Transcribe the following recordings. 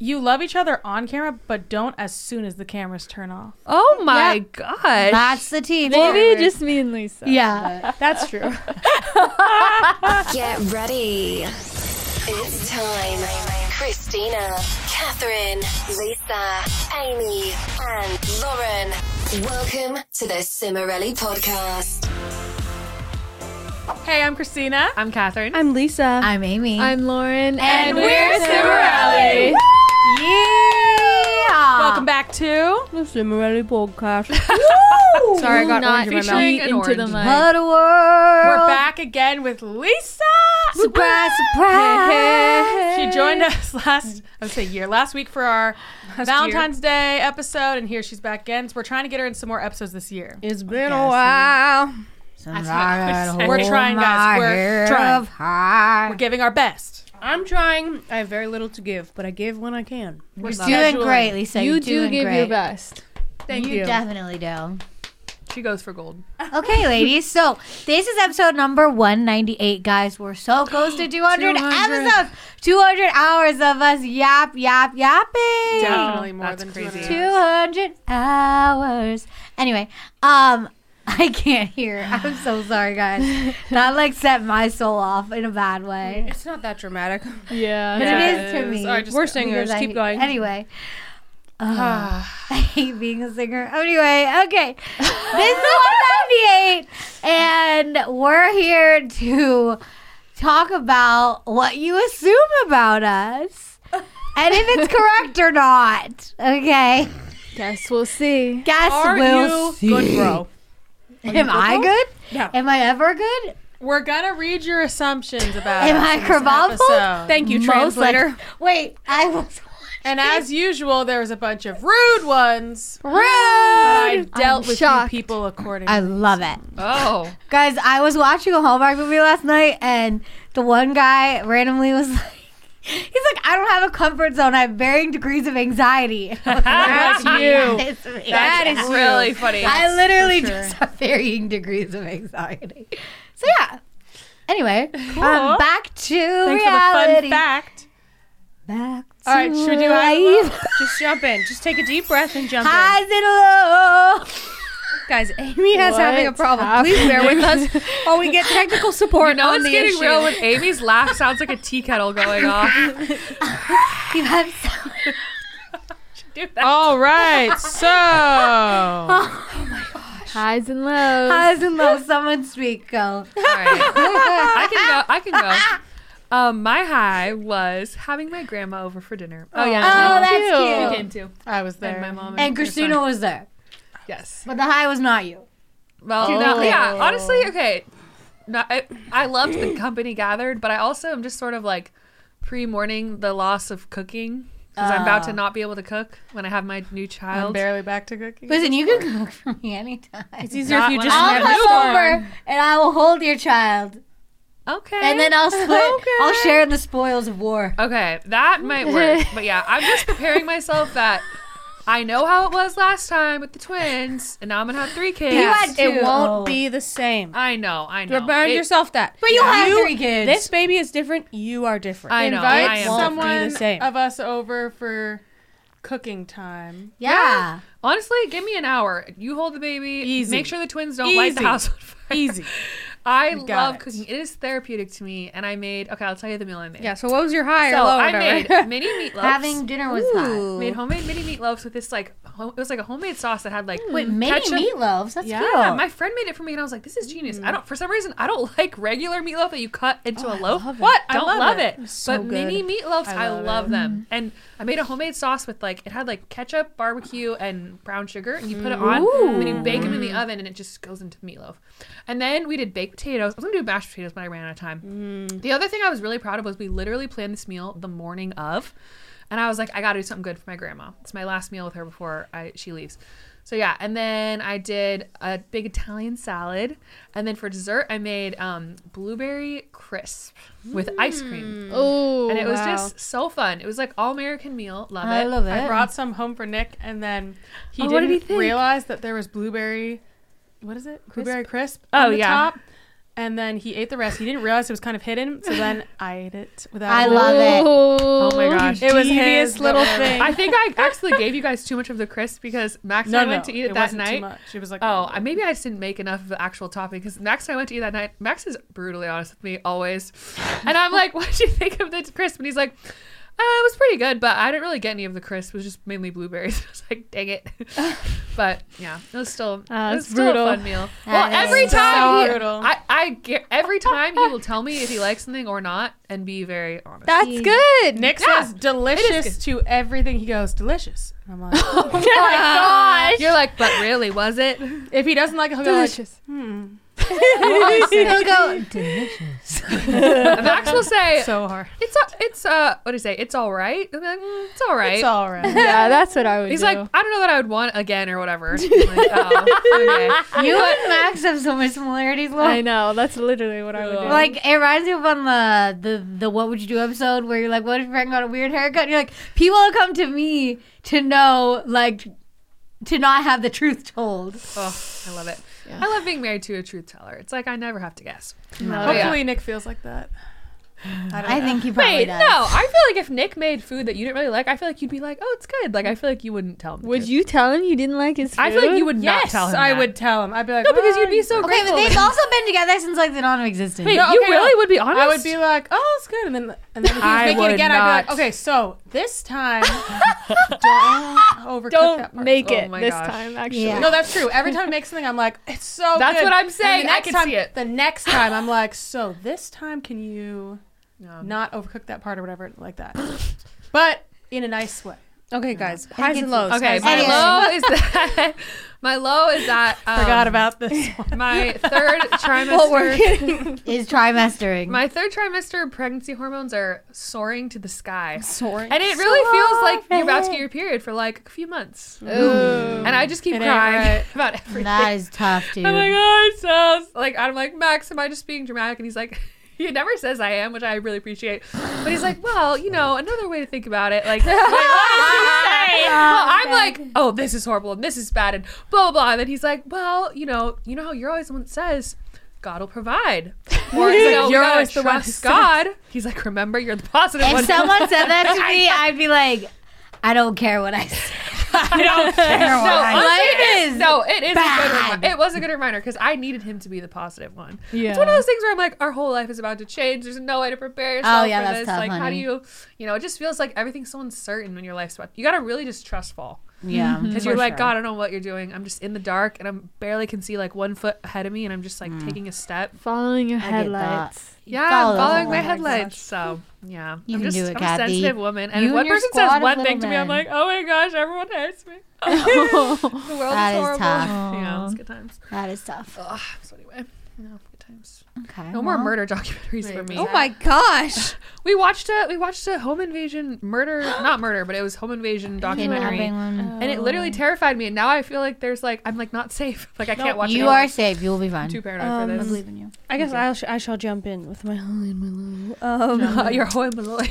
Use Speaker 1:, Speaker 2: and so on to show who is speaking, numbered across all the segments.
Speaker 1: You love each other on camera, but don't as soon as the cameras turn off.
Speaker 2: Oh my gosh.
Speaker 3: That's the team.
Speaker 2: Maybe just me and Lisa.
Speaker 1: Yeah, that's true.
Speaker 4: Get ready. It's time. Christina, Catherine, Lisa, Amy, and Lauren. Welcome to the Cimarelli Podcast.
Speaker 1: hey, I'm Christina.
Speaker 2: I'm Catherine.
Speaker 5: I'm Lisa.
Speaker 3: I'm Amy.
Speaker 2: I'm Lauren.
Speaker 3: And
Speaker 1: we're
Speaker 2: Cimarelli.
Speaker 3: yeah.
Speaker 1: Welcome back to
Speaker 5: This is a Morelli podcast.
Speaker 2: Sorry, I got
Speaker 5: Not
Speaker 2: orange in my mouth.
Speaker 5: featuring an
Speaker 2: into the
Speaker 5: orange.
Speaker 2: mic.
Speaker 3: What a world.
Speaker 1: We're back again with Lisa.
Speaker 3: Surprise, surprise.
Speaker 1: She joined us last, I would say year, last week for our Valentine's Day episode, and here she's back again. So we're trying to get her in some more episodes this year.
Speaker 5: It's been a while.
Speaker 1: We're trying, guys. We're trying. We're
Speaker 3: trying.
Speaker 1: giving our best.
Speaker 5: I'm trying. I have very little to give, but I give when I can.
Speaker 1: We're
Speaker 3: Doing great, Lisa.
Speaker 2: You
Speaker 3: You're
Speaker 2: do
Speaker 3: doing
Speaker 2: give
Speaker 3: great.
Speaker 2: your best.
Speaker 5: Thank
Speaker 3: You
Speaker 5: you.
Speaker 3: definitely do.
Speaker 2: She goes for gold.
Speaker 3: Okay, ladies. So this is episode number 198, guys. We're so close to 200,
Speaker 2: 200.
Speaker 3: episodes. 200 hours of us yap, yap, yapping.
Speaker 1: Definitely more
Speaker 2: that's
Speaker 1: than
Speaker 2: crazy.
Speaker 1: crazy.
Speaker 3: 200 hours. Anyway, um, I can't hear. I'm so sorry, guys. That like set my soul off in a bad way.
Speaker 5: It's not that dramatic.
Speaker 2: Yeah.
Speaker 3: But
Speaker 1: Yeah,
Speaker 3: it is
Speaker 1: it
Speaker 3: to
Speaker 1: is.
Speaker 3: me.
Speaker 1: All right, just
Speaker 5: We're
Speaker 1: go.
Speaker 5: singers.
Speaker 3: because I-
Speaker 5: Keep going.
Speaker 3: Anyway. Ugh, I hate being a singer. Anyway, okay. This is 198, and we're here to talk about what you assume about us and if it's correct or not. Okay.
Speaker 2: Guess we'll see.
Speaker 3: Guess
Speaker 1: Are
Speaker 3: we'll
Speaker 1: you good, bro?
Speaker 3: Am I good?
Speaker 1: Yeah.
Speaker 3: Am I ever good?
Speaker 1: We're gonna read your assumptions about
Speaker 3: Am
Speaker 1: us
Speaker 3: I
Speaker 1: in this
Speaker 3: kerfuffle?
Speaker 1: episode.
Speaker 5: Thank you, translator.
Speaker 3: Wait, I was
Speaker 1: And as usual, there was a bunch of rude ones. Rude. I dealt with
Speaker 2: shocked.
Speaker 1: you people accordingly.
Speaker 3: I love it.
Speaker 2: Oh.
Speaker 3: Guys, I was watching a Hallmark movie last night and the one guy randomly was like He's like, I don't have a comfort zone. I have varying degrees of anxiety.
Speaker 2: That's you.
Speaker 3: It's me.
Speaker 2: That is really funny.
Speaker 3: I literally just have varying degrees of anxiety. So yeah. Anyway, um, back to
Speaker 1: Thanks
Speaker 3: reality.
Speaker 1: for the fun fact.
Speaker 3: Back to
Speaker 1: All right, should we do high and low?
Speaker 3: life.
Speaker 5: Just jump in. Just take a deep breath and jump in.
Speaker 3: Highs and lows.
Speaker 5: Guys, Amy has
Speaker 2: What's
Speaker 5: having a problem. Please bear with us. Oh, we get technical support
Speaker 2: You know
Speaker 5: on
Speaker 2: it's
Speaker 5: the
Speaker 2: getting
Speaker 5: issue.
Speaker 2: real when Amy's laugh sounds like a tea kettle going off.
Speaker 3: You have so-
Speaker 1: All right, so
Speaker 6: Highs and lows.
Speaker 3: highs and lows. Someone speak. Go.
Speaker 2: All right. I can go. I can go. Um, my high was having my grandma over for dinner. Oh yeah,
Speaker 3: Oh,
Speaker 2: you
Speaker 3: that's cute.
Speaker 2: came too.
Speaker 1: I was there.
Speaker 2: And my mom and,
Speaker 3: And Christina was there,
Speaker 2: Yes.
Speaker 3: but the high was not you. Oh.
Speaker 2: Well, no, yeah. Honestly, okay. No, I, I loved the company gathered, but I also am just sort of like pre-mourning the loss of cooking because I'm about to not be able to cook when I have my new
Speaker 1: I'm
Speaker 2: child.
Speaker 1: barely back to cooking.
Speaker 3: Listen, you can cook for me anytime.
Speaker 5: It's easier if you
Speaker 2: Not
Speaker 5: just
Speaker 2: when
Speaker 3: I'll
Speaker 5: never
Speaker 3: come
Speaker 5: stop.
Speaker 3: over and I will hold your child,
Speaker 2: Okay.
Speaker 3: and then I'll split. I'll share in the spoils of war.
Speaker 2: Okay, that might work. but yeah, I'm just preparing myself that I know how it was last time with the twins, and now I'm gonna have three kids.
Speaker 3: You had two.
Speaker 5: It
Speaker 3: Oh.
Speaker 5: won't be the same.
Speaker 2: I know, I know.
Speaker 5: Remind
Speaker 2: It-
Speaker 5: yourself that.
Speaker 3: But you have three kids.
Speaker 5: This baby is different. You are different.
Speaker 2: I know. I
Speaker 1: Invite
Speaker 2: am.
Speaker 5: Won't be the
Speaker 1: someone
Speaker 5: same.
Speaker 1: of us over for cooking time.
Speaker 3: yeah.
Speaker 2: Honestly, give me an hour. You hold the baby.
Speaker 1: Easy.
Speaker 2: Make sure the twins don't light the
Speaker 1: Easy.
Speaker 2: house on fire.
Speaker 1: Easy.
Speaker 2: I
Speaker 1: You got
Speaker 2: love
Speaker 1: it.
Speaker 2: cooking. It is therapeutic to me, and I made. Okay, I'll tell you the meal I made.
Speaker 5: Yeah. So what was your high or
Speaker 2: So
Speaker 5: low? or
Speaker 2: I made
Speaker 5: whatever?
Speaker 2: mini meatloafs.
Speaker 3: Having dinner was high.
Speaker 2: made homemade mini meatloafs with this like home, it was like a homemade sauce that had like
Speaker 3: Wait, Hmm, mini
Speaker 2: ketchup-
Speaker 3: meatloaves. That's
Speaker 2: Yeah,
Speaker 3: cute.
Speaker 2: my friend made it for me, and I was like, "This is genius." I don't, for some reason, I don't like regular meatloaf that you cut into a loaf. What? Mm. Oh, I don't love, it. but mini meatloafs, I, love, Mm. them. And I made a homemade sauce with like it had like ketchup, barbecue, and brown sugar, and you put it on, and then you bake them in the oven, and it just goes into the meatloaf. And then we did baked potatoes. I was gonna do mashed potatoes, but I ran out of time. The other thing I was really proud of was we literally planned this meal the morning of, and I was like, I gotta do something good for my grandma. It's my last meal with her before I, she leaves. So yeah, and then I did a big Italian salad, and then for dessert I made um, blueberry crisp with ice
Speaker 3: Mm.
Speaker 2: cream,
Speaker 6: Oh,
Speaker 2: and it was
Speaker 6: wow.
Speaker 2: just so fun. It was like all American meal. Love
Speaker 3: I
Speaker 2: it.
Speaker 3: love it.
Speaker 1: I brought some home for Nick, and then he
Speaker 2: Oh, what did
Speaker 1: didn't
Speaker 2: he think?
Speaker 1: realize that there was blueberry. What is it? Blueberry crisp.
Speaker 2: Oh,
Speaker 1: on the
Speaker 2: yeah.
Speaker 1: Top. and then he ate the rest. He didn't realize it was kind of hidden, so then I ate it without.
Speaker 3: I
Speaker 1: him.
Speaker 3: love it.
Speaker 2: Oh my gosh.
Speaker 1: It was
Speaker 5: Devious
Speaker 1: his little thing.
Speaker 2: I think I actually gave you guys too much of the crisp because Max and I went to eat it, that
Speaker 1: wasn't Too
Speaker 2: night.
Speaker 1: much. It was like
Speaker 2: Oh, I- maybe I just didn't make enough of the actual topping because Max and I went to eat that night. Max is brutally honest with me always, and I'm like, "What would you think of the crisp?" And he's like, uh, "It was pretty good, but I didn't really get any of the crisp. It was just mainly blueberries." I was like, "Dang it!" but yeah, it was still
Speaker 6: Ah,
Speaker 2: it was
Speaker 6: it's
Speaker 2: still
Speaker 6: brutal.
Speaker 2: a fun meal.
Speaker 3: That
Speaker 2: well,
Speaker 3: is
Speaker 2: every
Speaker 3: so
Speaker 2: time he-
Speaker 1: brutal.
Speaker 2: I, I get, every time he will tell me if he likes something or not and be very honest.
Speaker 6: That's good.
Speaker 1: Nick
Speaker 2: Yeah,
Speaker 1: says delicious to everything. He goes delicious. And I'm like,
Speaker 6: Gosh.
Speaker 2: You're like, but really, was it?
Speaker 1: if he doesn't like it, he'll go like,
Speaker 6: Delicious.
Speaker 1: hmm,
Speaker 3: He'll go delicious.
Speaker 2: Max will say,
Speaker 1: so hard.
Speaker 2: it's a, it's uh, what do you say? It's all right. I'm like, "Mm, it's all right.
Speaker 1: It's all right.
Speaker 6: Yeah, that's what I would
Speaker 2: He's
Speaker 6: do.
Speaker 2: like, I don't know that I would want again or whatever. I'm like, "Oh, okay."
Speaker 3: You and Max have so much similarities. Lo.
Speaker 6: I know. That's literally what I
Speaker 2: Oh,
Speaker 6: would do.
Speaker 3: Like it reminds me of on the, the the what would you do episode where you're like, what if Frank got a weird haircut? And you're like, people will come to me to know like to not have the truth told.
Speaker 2: Oh, I love it. I love being married to a truth teller. It's like I never have to guess.
Speaker 6: No.
Speaker 2: Oh, yeah.
Speaker 1: Hopefully, Nick feels like that. I don't
Speaker 3: I
Speaker 1: know.
Speaker 3: think he probably
Speaker 2: Wait,
Speaker 3: does.
Speaker 2: no. I feel like if Nick made food that you didn't really like, I feel like you'd be like, oh, it's good. Like I feel like you wouldn't tell him. the
Speaker 6: Would
Speaker 2: truth.
Speaker 6: you tell him you didn't like his food?
Speaker 2: I feel like you would not
Speaker 1: yes,
Speaker 2: tell him.
Speaker 1: I
Speaker 2: that.
Speaker 1: would tell him. I'd be like,
Speaker 2: No, because
Speaker 1: "Well,
Speaker 2: you'd be so
Speaker 3: Okay,
Speaker 2: grateful.
Speaker 3: but they've
Speaker 2: that-
Speaker 3: also been together since like the non-existent.
Speaker 2: Wait,
Speaker 1: No,
Speaker 2: you
Speaker 1: okay,
Speaker 2: really
Speaker 1: no.
Speaker 2: would be honest.
Speaker 1: I would be like, oh, it's good. And then, and then if he was
Speaker 2: I
Speaker 1: making
Speaker 2: would
Speaker 1: it again, I'd be
Speaker 2: not.
Speaker 1: like, okay, so this time, don't overcook that
Speaker 6: don't
Speaker 1: part.
Speaker 6: make
Speaker 2: Oh
Speaker 6: it
Speaker 2: my
Speaker 6: this
Speaker 2: gosh.
Speaker 6: time, actually.
Speaker 3: Yeah.
Speaker 1: No, that's true. Every time I make something, I'm like, it's so
Speaker 2: That's
Speaker 1: good.
Speaker 2: what I'm
Speaker 1: And the
Speaker 2: saying. I
Speaker 1: next
Speaker 2: can
Speaker 1: time,
Speaker 2: see it.
Speaker 1: The next time, I'm like, so this time, can you
Speaker 2: No.
Speaker 1: not overcook that part or whatever like that? But in a nice way.
Speaker 5: Okay, guys. Highs and lows.
Speaker 2: Okay,
Speaker 5: Highs
Speaker 2: my
Speaker 5: and
Speaker 3: Anyway.
Speaker 2: low is that my low is that um,
Speaker 1: Forgot about this one.
Speaker 2: my third trimester.
Speaker 3: is trimestering.
Speaker 2: My third trimester pregnancy hormones are soaring to the sky.
Speaker 1: Soaring.
Speaker 2: And it really feels like you're about to get your period for like a few months. And I just keep
Speaker 1: It ain't
Speaker 2: crying
Speaker 1: right.
Speaker 2: about everything.
Speaker 3: that is tough, dude.
Speaker 2: I'm like, oh, it sucks. Like, I'm like, Max, am I just being dramatic? And he's like, he never says I am, which I really appreciate. But he's like, well, you know, another way to think about it, like, like, what did he say? well, I'm like, oh, this is horrible and this is bad and blah blah blah. And then he's like, well, you know, you know how you're always the one that says. God will provide. Or you know,
Speaker 1: You're
Speaker 2: you're
Speaker 1: always
Speaker 2: always
Speaker 1: the one who
Speaker 2: trust God. He's like, remember, you're the positive one.
Speaker 3: if someone said that to me, I'd be like, I don't care what I say.
Speaker 2: I don't care.
Speaker 3: what
Speaker 2: No,
Speaker 3: I
Speaker 2: honestly,
Speaker 3: say.
Speaker 2: it is. No, it is a
Speaker 3: bad.
Speaker 2: good reminder. It was a good reminder because I needed him to be the positive one.
Speaker 6: Yeah.
Speaker 2: It's one of those things where I'm like, our whole life is about to change. There's no way to prepare yourself
Speaker 3: Oh, yeah,
Speaker 2: for
Speaker 3: that's
Speaker 2: this.
Speaker 3: tough,
Speaker 2: like, how do
Speaker 3: honey.
Speaker 2: you, you know, it just feels like everything's so uncertain when your life's about. You got to really just trust fall
Speaker 3: Yeah,
Speaker 2: because Mm-hmm. you're like, God, I don't know what you're doing. I'm just in the dark and I'm barely can see like one foot ahead of me, and I'm just like taking a step.
Speaker 6: Following your
Speaker 3: I get
Speaker 6: headlights.
Speaker 2: Yeah,
Speaker 3: Mm. follow
Speaker 2: I'm following my
Speaker 3: along.
Speaker 2: headlights. So yeah,
Speaker 3: You
Speaker 2: I'm
Speaker 3: can
Speaker 2: just
Speaker 3: do it,
Speaker 2: I'm
Speaker 3: Kathy.
Speaker 2: a sensitive woman, and
Speaker 3: You
Speaker 2: if one
Speaker 3: and your
Speaker 2: person
Speaker 3: squad
Speaker 2: says
Speaker 3: of
Speaker 2: one
Speaker 3: little
Speaker 2: thing to me, I'm
Speaker 3: men.
Speaker 2: like, oh my gosh, everyone hates me. the world
Speaker 3: That
Speaker 2: is
Speaker 3: is
Speaker 2: horrible. Oh.
Speaker 3: tough.
Speaker 2: Yeah, it's good times.
Speaker 3: That is tough.
Speaker 2: Ugh, Ah, so anyway, no good times.
Speaker 3: Okay.
Speaker 2: No more murder documentaries for me.
Speaker 5: Oh my gosh.
Speaker 2: We watched a we watched a home invasion murder, not murder, but it was home invasion documentary.
Speaker 3: Kidnapping one.
Speaker 2: And it literally terrified me. And now I feel like there's like I'm like not safe. Like I can't watch.
Speaker 3: You
Speaker 2: it.
Speaker 3: are safe. You will be fine.
Speaker 2: too paranoid
Speaker 5: Um,
Speaker 2: for this.
Speaker 3: in you.
Speaker 5: I guess I sh- I shall jump in with my high and my low. Um,
Speaker 2: You're hoy malloy.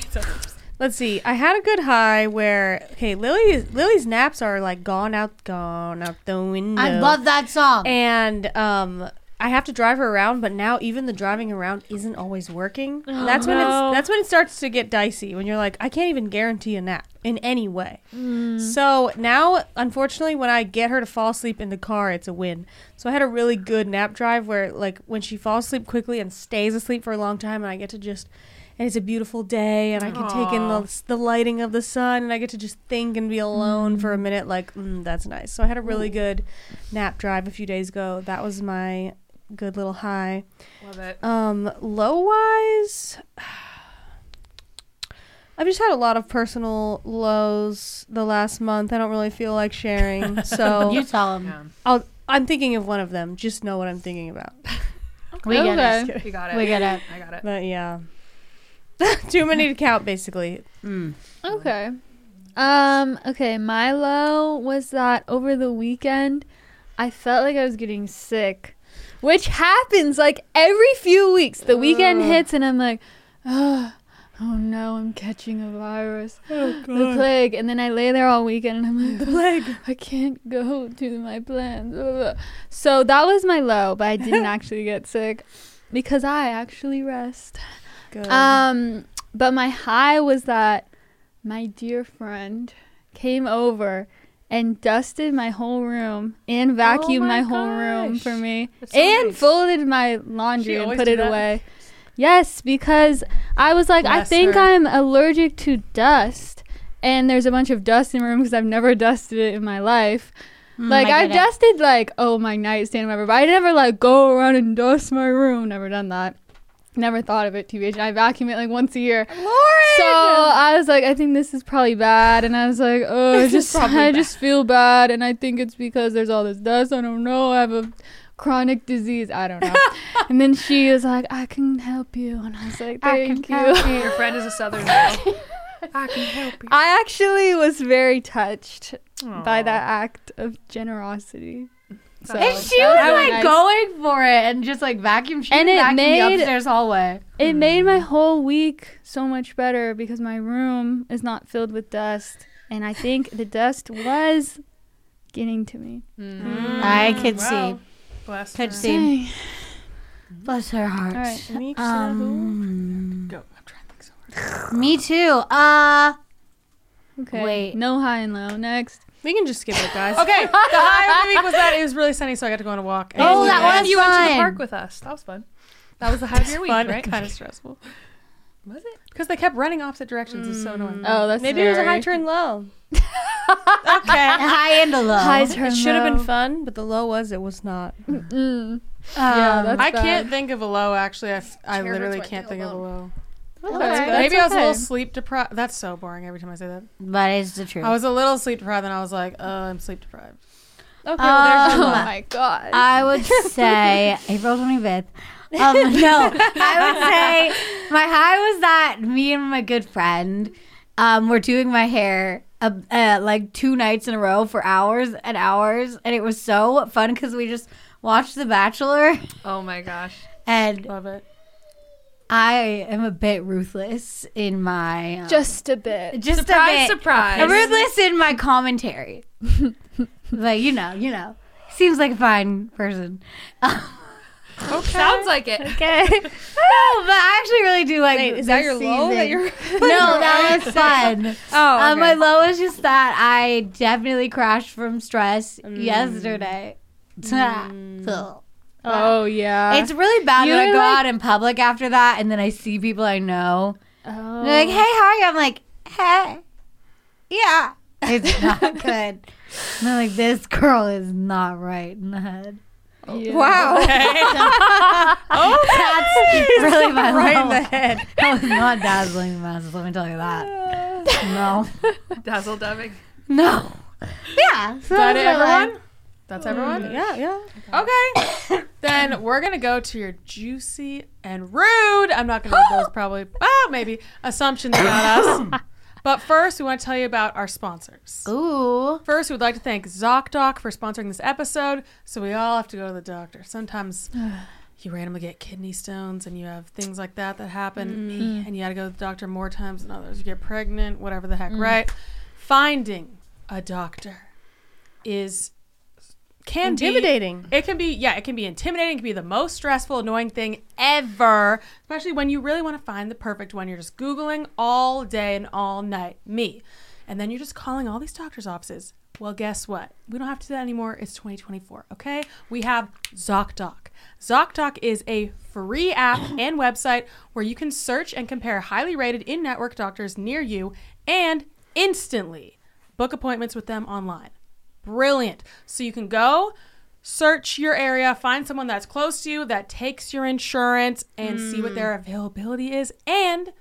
Speaker 5: Let's see. I had a good high where okay, Lily Lily's naps are like gone out, gone out the window.
Speaker 3: I love that song.
Speaker 5: And um, I have to drive her around, but now even the driving around isn't always working. And that's when
Speaker 6: no.
Speaker 5: it's that's when it starts to get dicey. When you're like, I can't even guarantee a nap in any way. So now, unfortunately, when I get her to fall asleep in the car, it's a win. So I had a really good nap drive where, like, when she falls asleep quickly and stays asleep for a long time, and I get to just, and it's a beautiful day, and I can take in the, the lighting of the sun, and I get to just think and be alone for a minute. Like, mm, that's nice. So I had a really good nap drive a few days ago. That was my good little high.
Speaker 2: Love it.
Speaker 5: Um, low wise, I've just had a lot of personal lows the last month. I don't really feel like sharing, so
Speaker 3: you tell him.
Speaker 2: Yeah.
Speaker 5: I'll, I'm thinking of one of them. Just know what I'm thinking about.
Speaker 3: We get it.
Speaker 6: okay.
Speaker 2: You got it.
Speaker 3: We get it.
Speaker 2: I got it.
Speaker 5: But yeah, too many to count. Basically,
Speaker 6: Okay. Um, okay, my low was that over the weekend I felt like I was getting sick. Which happens like every few weeks. The weekend hits and I'm like, oh, oh no, I'm catching a virus. the plague. And then I lay there all weekend and I'm like, Oh, the plague. I can't go to my plans. So that was my low, but I didn't actually get sick. because I actually rest.
Speaker 5: Good.
Speaker 6: Um, but my high was that my dear friend came over and dusted my whole room and vacuumed my,
Speaker 2: Oh my
Speaker 6: whole room
Speaker 2: gosh.
Speaker 6: for me
Speaker 2: That's so
Speaker 6: and
Speaker 2: nice.
Speaker 6: folded my laundry
Speaker 2: She
Speaker 6: and
Speaker 2: always
Speaker 6: put
Speaker 2: do
Speaker 6: it
Speaker 2: that?
Speaker 6: away. Yes, because I was like, I
Speaker 1: Bless
Speaker 6: think
Speaker 1: her.
Speaker 6: I'm allergic to dust. And there's a bunch of dust in my room because I've never dusted it in my life.
Speaker 2: Mm,
Speaker 6: like
Speaker 3: I
Speaker 6: I've
Speaker 3: get it.
Speaker 6: dusted like oh my nightstand, or whatever. But I never like go around and dust my room. Never done that. Never thought of it, TBH. I vacuum it like once a year. So I was like, I think this is probably bad, and I was like, oh, I
Speaker 1: This is
Speaker 6: just I
Speaker 1: probably bad.
Speaker 6: just feel bad, and I think it's because there's all this dust. I don't know. I have a chronic disease. I don't know. and then she was like, I can help you, and I was like,
Speaker 3: I can
Speaker 6: thank you.
Speaker 3: help
Speaker 2: Your friend is a southern girl. I can help you.
Speaker 6: I actually was very touched by
Speaker 2: Aw.
Speaker 6: that act of generosity. So
Speaker 3: And she
Speaker 6: that
Speaker 3: was
Speaker 6: really
Speaker 3: like
Speaker 6: nice.
Speaker 3: going for it and just like vacuum. She
Speaker 6: And
Speaker 3: and
Speaker 6: it
Speaker 3: vacuumed the
Speaker 6: made-
Speaker 3: upstairs hallway.
Speaker 6: It made my whole week so much better because my room is not filled with dust, and I think the dust was getting to me.
Speaker 2: hmm.
Speaker 3: I
Speaker 1: Mm,
Speaker 3: could
Speaker 2: Wow.
Speaker 3: see.
Speaker 2: Bless
Speaker 3: Could
Speaker 2: her.
Speaker 3: see. Bless her heart.
Speaker 6: All right.
Speaker 5: Sneaks
Speaker 3: Um,
Speaker 1: Go. I'm trying to think so hard.
Speaker 3: me too. Uh,
Speaker 6: Okay.
Speaker 3: Wait.
Speaker 6: No high and low. Next.
Speaker 5: we can just skip it, guys.
Speaker 1: Okay, the high of the week was that it was really sunny, so I got to go on a walk. And
Speaker 3: Oh,
Speaker 1: it
Speaker 3: that
Speaker 2: and
Speaker 3: was
Speaker 2: you went to
Speaker 3: fun.
Speaker 2: the park with us. That was fun. That was the high of your week,
Speaker 1: fun
Speaker 2: right?
Speaker 1: and kind of stressful
Speaker 2: Was it?
Speaker 1: because they kept running opposite directions. It's so annoying.
Speaker 6: Oh, that's
Speaker 5: Maybe it was a high
Speaker 6: very-
Speaker 5: turn low.
Speaker 1: okay.
Speaker 3: high and a low.
Speaker 6: High turn.
Speaker 5: It should have been
Speaker 6: low.
Speaker 5: fun, but the low was it was not.
Speaker 6: Mm.
Speaker 3: yeah,
Speaker 6: that's-
Speaker 1: Um, I
Speaker 6: bad.
Speaker 1: can't think of a low. Actually, I, f- I
Speaker 2: Chair
Speaker 1: literally
Speaker 2: hurts my
Speaker 1: can't think of a low.
Speaker 6: Okay.
Speaker 5: That's good.
Speaker 6: That's
Speaker 1: Maybe I was a little
Speaker 6: okay.
Speaker 1: sleep deprived. That's so boring. Every time I say that,
Speaker 3: but it's the truth.
Speaker 1: I was a little sleep deprived, and I was like, "Oh, I'm sleep deprived."
Speaker 5: Okay, well, there's
Speaker 3: Um,
Speaker 5: your
Speaker 6: Oh
Speaker 5: low.
Speaker 6: my god.
Speaker 3: I would say April 25th. Um, no, I would say my high was that me and my good friend um, were doing my hair uh, uh, like two nights in a row for hours and hours. And it was so fun because we just watched The Bachelor.
Speaker 2: Oh my gosh.
Speaker 3: And
Speaker 1: Love it.
Speaker 3: I am a bit ruthless in my. um,
Speaker 6: Just a bit.
Speaker 3: just
Speaker 2: surprise,
Speaker 3: a bit.
Speaker 2: surprise.
Speaker 3: I'm ruthless in my commentary. like, you know, you know. Seems like a fine person.
Speaker 2: Sounds like it.
Speaker 3: Okay. no, but I actually really do like.
Speaker 5: Wait, is that
Speaker 3: this
Speaker 5: your low
Speaker 3: season.
Speaker 5: that you're?
Speaker 3: no, that was fun.
Speaker 5: Oh,
Speaker 3: Um, my
Speaker 5: okay.
Speaker 3: low was just that I definitely crashed from stress
Speaker 5: Mm.
Speaker 3: yesterday. So,
Speaker 6: Oh yeah.
Speaker 3: It's really bad
Speaker 6: You
Speaker 3: when I
Speaker 6: were
Speaker 3: go
Speaker 6: like-
Speaker 3: out in public after that, and then I see people I know.
Speaker 6: oh.
Speaker 3: And They're like, "Hey, how are you?" I'm like, "Hey, yeah." It's not good. And they're like, "This girl is not right in the head."
Speaker 6: Yeah.
Speaker 3: Wow. oh, that's really my
Speaker 5: right
Speaker 3: low.
Speaker 5: in the head.
Speaker 3: That was not dazzling masses, let me tell you that. No.
Speaker 2: Dazzle dubbing.
Speaker 3: No. Yeah. So
Speaker 1: That
Speaker 3: was
Speaker 1: it,
Speaker 3: my life.
Speaker 1: everyone. That's everyone.
Speaker 5: Yeah, yeah.
Speaker 1: Okay. then we're gonna go to your juicy and rude. I'm not gonna read those probably. Oh, maybe assumptions about us. But first, we want to tell you about our sponsors.
Speaker 3: Ooh.
Speaker 1: First, we'd like to thank ZocDoc for sponsoring this episode. So we all have to go to the doctor. Sometimes you randomly get kidney stones and you have things like that that happen, and you got to go to the doctor more times than others. You get pregnant, whatever the heck, right? Finding a doctor is can be-
Speaker 5: Intimidating.
Speaker 1: it can be, yeah, it can be intimidating. It can be the most stressful, annoying thing ever, especially when you really want to find the perfect one. You're just Googling all day and all night, me. And then you're just calling all these doctor's offices. Well, guess what? We don't have to do that anymore. It's 2024, okay? We have ZocDoc. ZocDoc is a free app and website where you can search and compare highly rated in network doctors near you and instantly book appointments with them online. Brilliant. So you can go search your area, find someone that's close to you that takes your insurance and see what their availability is and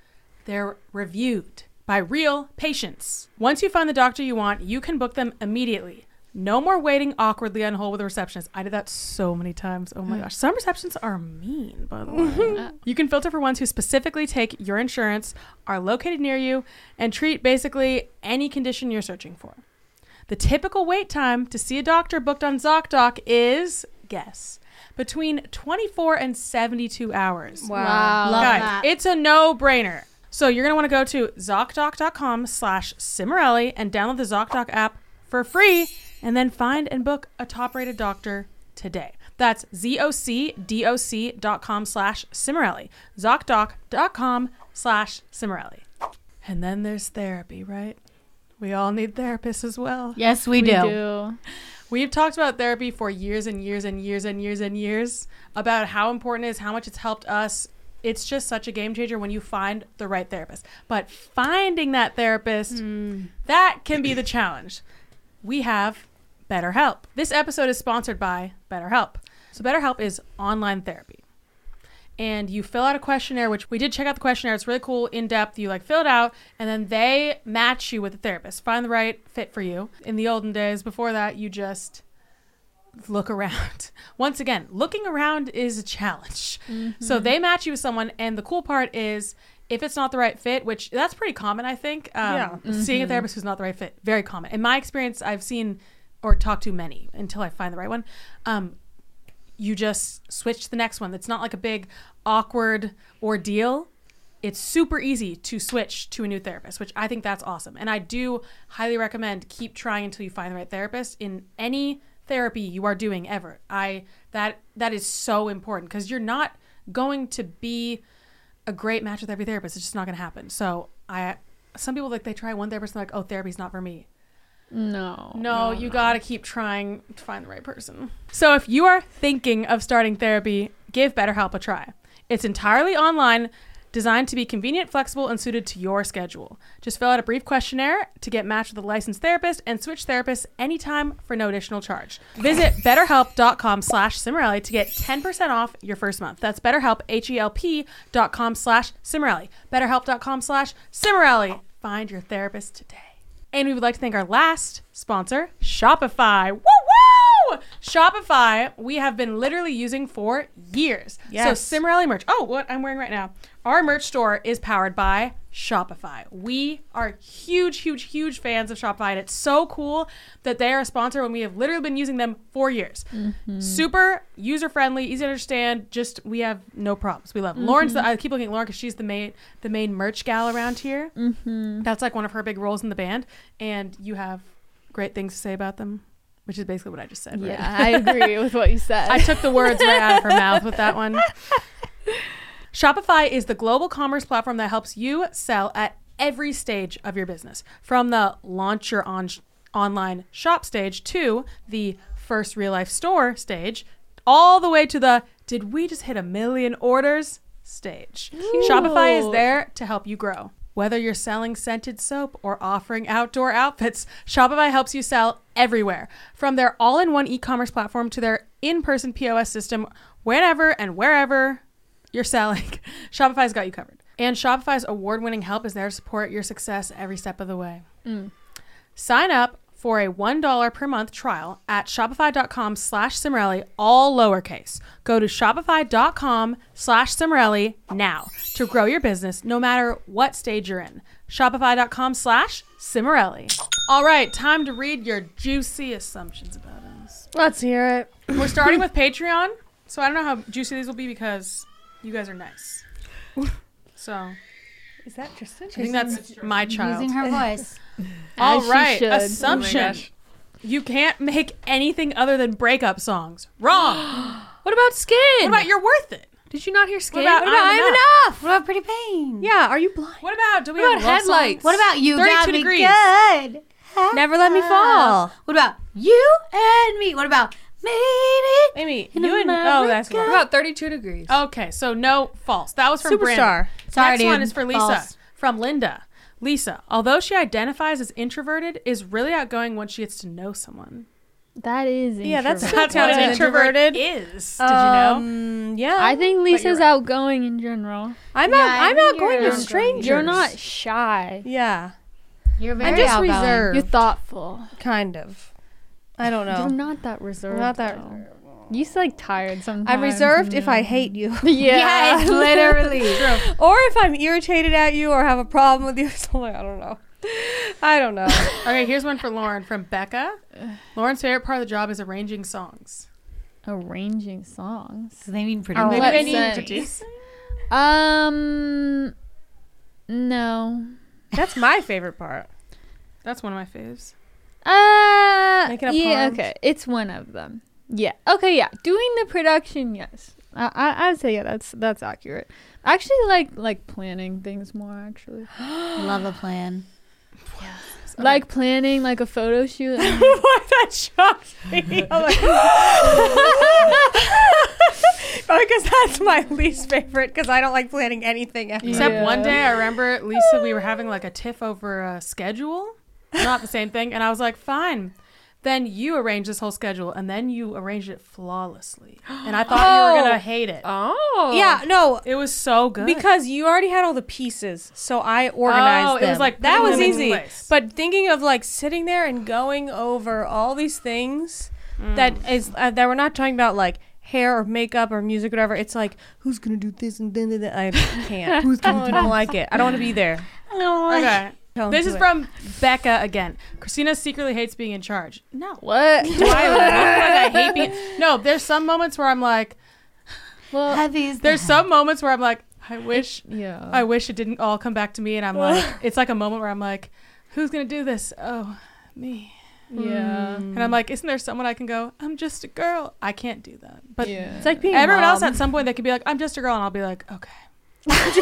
Speaker 1: they're reviewed by real patients. Once you find the doctor you want, you can book them immediately. No more waiting awkwardly on hold with a receptionist. I did that so many times. Oh my gosh. Some receptions are mean, by the way. you can filter for ones who specifically take your insurance, are located near you, and treat basically any condition you're searching for. The typical wait time to see a doctor booked on ZocDoc is, guess, between 24 and 72 hours.
Speaker 6: Wow.
Speaker 3: Love
Speaker 1: Guys,
Speaker 3: that.
Speaker 1: it's a no-brainer. So you're going to want to go to ZocDoc.com slash Cimarelli and download the ZocDoc app for free and then find and book a top-rated doctor today. That's zocdoc.com slash Cimarelli. Zocdoc.com slash Cimarelli. And then there's therapy, right? We all need therapists as well.
Speaker 3: Yes, we,
Speaker 6: We
Speaker 3: do.
Speaker 6: do.
Speaker 1: We've talked about therapy for years and years and years and years and years about how important it is, how much it's helped us. It's just such a game changer when you find the right therapist. But finding that therapist, that can be the challenge. We have BetterHelp. This episode is sponsored by BetterHelp. So, BetterHelp is online therapy and you fill out a questionnaire, which we did check out the questionnaire. It's really cool, in depth. You like fill it out, and then they match you with a therapist, find the right fit for you. In the olden days, before that, you just look around. Once again, looking around is a challenge. So they match you with someone, and the cool part is if it's not the right fit, which that's pretty common, I think. Um,
Speaker 5: Yeah.
Speaker 1: Seeing a therapist who's not the right fit, very common. In my experience, I've seen or talked to many until I find the right one. Um, you just switch to the next one. That's not like a big awkward ordeal. It's super easy to switch to a new therapist, which I think that's awesome. And I do highly recommend keep trying until you find the right therapist in any therapy you are doing ever. I that that is so important because you're not going to be a great match with every therapist. It's just not going to happen. So I some people like they try one therapist and they're like, "Oh, therapy's not for me."
Speaker 6: No.
Speaker 1: No, you gotta keep trying to find the right person. So if you are thinking of starting therapy, give BetterHelp a try. It's entirely online, designed to be convenient, flexible, and suited to your schedule. Just fill out a brief questionnaire to get matched with a licensed therapist and switch therapists anytime for no additional charge. Visit betterhelp.com slash Cimarelli to get 10% off your first month. That's betterhelp, H-E-L-P dot com slash Cimarelli. Betterhelp.com slash Cimarelli. Find your therapist today. And we would like to thank our last sponsor, Shopify. Woo woo! Shopify, we have been literally using for years.
Speaker 5: Yes.
Speaker 1: So Cimarelli merch. Oh, what I'm wearing right now. Our merch store is powered by Shopify. We are huge, huge, huge fans of Shopify, and it's so cool that they are a sponsor when we have literally been using them for years. Super user friendly, easy to understand. Just we have no problems. We love them. Lauren's. The, I keep looking at Lauren because she's the main the main merch gal around here. That's like one of her big roles in the band, and you have great things to say about them, which is basically what I just said. right?
Speaker 6: Yeah, I agree with what you said.
Speaker 1: I took the words right out of her mouth with that one. Shopify is the global commerce platform that helps you sell at every stage of your business, from the launch your on- online shop stage to the first real life store stage, all the way to the did we just hit a million orders stage. Shopify is there to help you grow. Whether you're selling scented soap or offering outdoor outfits, Shopify helps you sell everywhere. From their all in one e commerce platform to their in person POS system, whenever and wherever you're selling, Shopify's got you covered. And Shopify's award winning help is there to support your success every step of the way. Sign up for a $1 per month trial at shopify.com slash Cimarelli, all lowercase. Go to shopify.com slash Cimarelli now to grow your business no matter what stage you're in. Shopify.com slash Cimarelli. All right, time to read your juicy assumptions about us.
Speaker 5: Let's hear it.
Speaker 1: We're starting with Patreon, so I don't know how juicy these will be because you guys are nice. So
Speaker 5: Is that Tristan?
Speaker 1: I think that's my child.
Speaker 3: Using her voice.
Speaker 1: All
Speaker 6: As she
Speaker 1: right,
Speaker 3: Oh
Speaker 6: should.
Speaker 1: assumption. you can't make anything other than breakup songs. Wrong.
Speaker 2: What about skin?
Speaker 1: what about you're worth it?
Speaker 2: Did you not hear skin?
Speaker 1: about I'm enough?
Speaker 3: What about Pretty Pain?
Speaker 5: Yeah, are you blind?
Speaker 1: What about do we have
Speaker 2: What about
Speaker 1: love songs?
Speaker 2: headlights?
Speaker 3: What about you?
Speaker 1: 32
Speaker 3: Got me
Speaker 1: degrees.
Speaker 3: good. Uh,
Speaker 5: Never Let Me Fall.
Speaker 3: What about you and me? What about made it?
Speaker 5: Amy,
Speaker 3: In
Speaker 5: you and oh, that's
Speaker 3: America.
Speaker 2: What about 32 degrees?
Speaker 1: Okay, so no false. That was from
Speaker 5: Superstar.
Speaker 1: Brandon.
Speaker 3: Sorry,
Speaker 1: Next one
Speaker 3: dude.
Speaker 1: is for Lisa
Speaker 3: False.
Speaker 1: from Linda. Lisa, although she identifies as introverted, is really outgoing once she gets to know someone.
Speaker 6: that is
Speaker 5: Yeah, that's-
Speaker 6: introvert.
Speaker 1: That's what an
Speaker 5: Sounds
Speaker 1: introverted
Speaker 5: introverted.
Speaker 1: is. Did you know?
Speaker 5: Um, yeah,
Speaker 6: I think Lisa's
Speaker 1: right.
Speaker 6: outgoing in general.
Speaker 5: I'm
Speaker 3: Yeah,
Speaker 5: out.
Speaker 3: I
Speaker 5: I'm
Speaker 3: think
Speaker 5: outgoing
Speaker 3: you're
Speaker 5: with
Speaker 3: outgoing.
Speaker 5: strangers.
Speaker 6: You're not shy.
Speaker 5: Yeah,
Speaker 3: You're very
Speaker 5: I'm just
Speaker 3: outgoing.
Speaker 5: reserved.
Speaker 6: You're thoughtful.
Speaker 5: kind of. I don't
Speaker 6: You're
Speaker 5: know.
Speaker 6: Oh. not that reserved.
Speaker 5: Not that.
Speaker 6: though. You just like tired sometimes.
Speaker 5: I'm reserved if I hate you,
Speaker 6: Yeah.
Speaker 3: Yes, literally.
Speaker 5: or if I'm irritated at you, or have a problem with you. So like, I don't know. I don't know.
Speaker 1: Okay, here's one for Lauren from Becca. Lauren's favorite part of the job is arranging songs.
Speaker 6: Arranging songs.
Speaker 3: So they mean pretty
Speaker 6: Oh,
Speaker 3: much.
Speaker 6: Let's
Speaker 1: Maybe they need
Speaker 6: sing.
Speaker 1: to do something.
Speaker 6: Um. No.
Speaker 5: That's my favorite part.
Speaker 1: That's one of my faves.
Speaker 6: Uh.
Speaker 5: Making up
Speaker 6: yeah.
Speaker 5: poems.
Speaker 6: Okay. It's one of them. Yeah. Okay. Yeah. Doing the production. Yes. I I I'd say yeah. That's that's accurate. Actually, like like planning things more. Actually,
Speaker 3: Love a plan.
Speaker 6: like planning like a photo shoot. I mean,
Speaker 5: Why that shocked me? I'm like, because that's my least favorite. Because I don't like planning anything. Ever.
Speaker 1: Except
Speaker 6: Yeah.
Speaker 1: one day, I remember Lisa. We were having like a tiff over a schedule, not the same thing, and I was like, "Fine." Then you arranged this whole schedule, and then you arranged it flawlessly, and I thought you were gonna hate it.
Speaker 2: Oh.
Speaker 5: Yeah, no,
Speaker 1: It was so good
Speaker 5: because you already had all the pieces, so I organized
Speaker 1: Oh, it was
Speaker 5: them.
Speaker 1: like
Speaker 5: that
Speaker 1: putting
Speaker 5: was
Speaker 1: them into
Speaker 5: easy.
Speaker 1: place.
Speaker 5: But thinking of like sitting there and going over all these things
Speaker 1: Mm.
Speaker 5: that is uh, that we're not talking about like hair or makeup or music or whatever. It's like who's gonna do this and then then- then- I can't. who's gonna do? I don't like it. I don't want to be there.
Speaker 3: Oh
Speaker 1: Okay.
Speaker 5: Don't
Speaker 1: This
Speaker 5: do
Speaker 1: is
Speaker 5: it.
Speaker 1: from Becca again. Christina secretly hates being in charge. No.
Speaker 6: what?
Speaker 1: Why would I hate being? No, there's some moments where I'm like,
Speaker 6: well,
Speaker 3: Heavy is the
Speaker 1: there's some moments where I'm like, I wish,
Speaker 6: yeah.
Speaker 1: I wish it Uh, didn't all come back to me, and I'm like, it's like a moment where I'm like, who's gonna do this? Oh, me.
Speaker 6: yeah.
Speaker 1: And I'm like, isn't there someone I can go? I'm just a girl. I can't do that. But
Speaker 6: yeah.
Speaker 5: It's like being
Speaker 1: everyone else
Speaker 5: mom.
Speaker 1: at some point they could be like, I'm just a girl, and I'll be like, okay.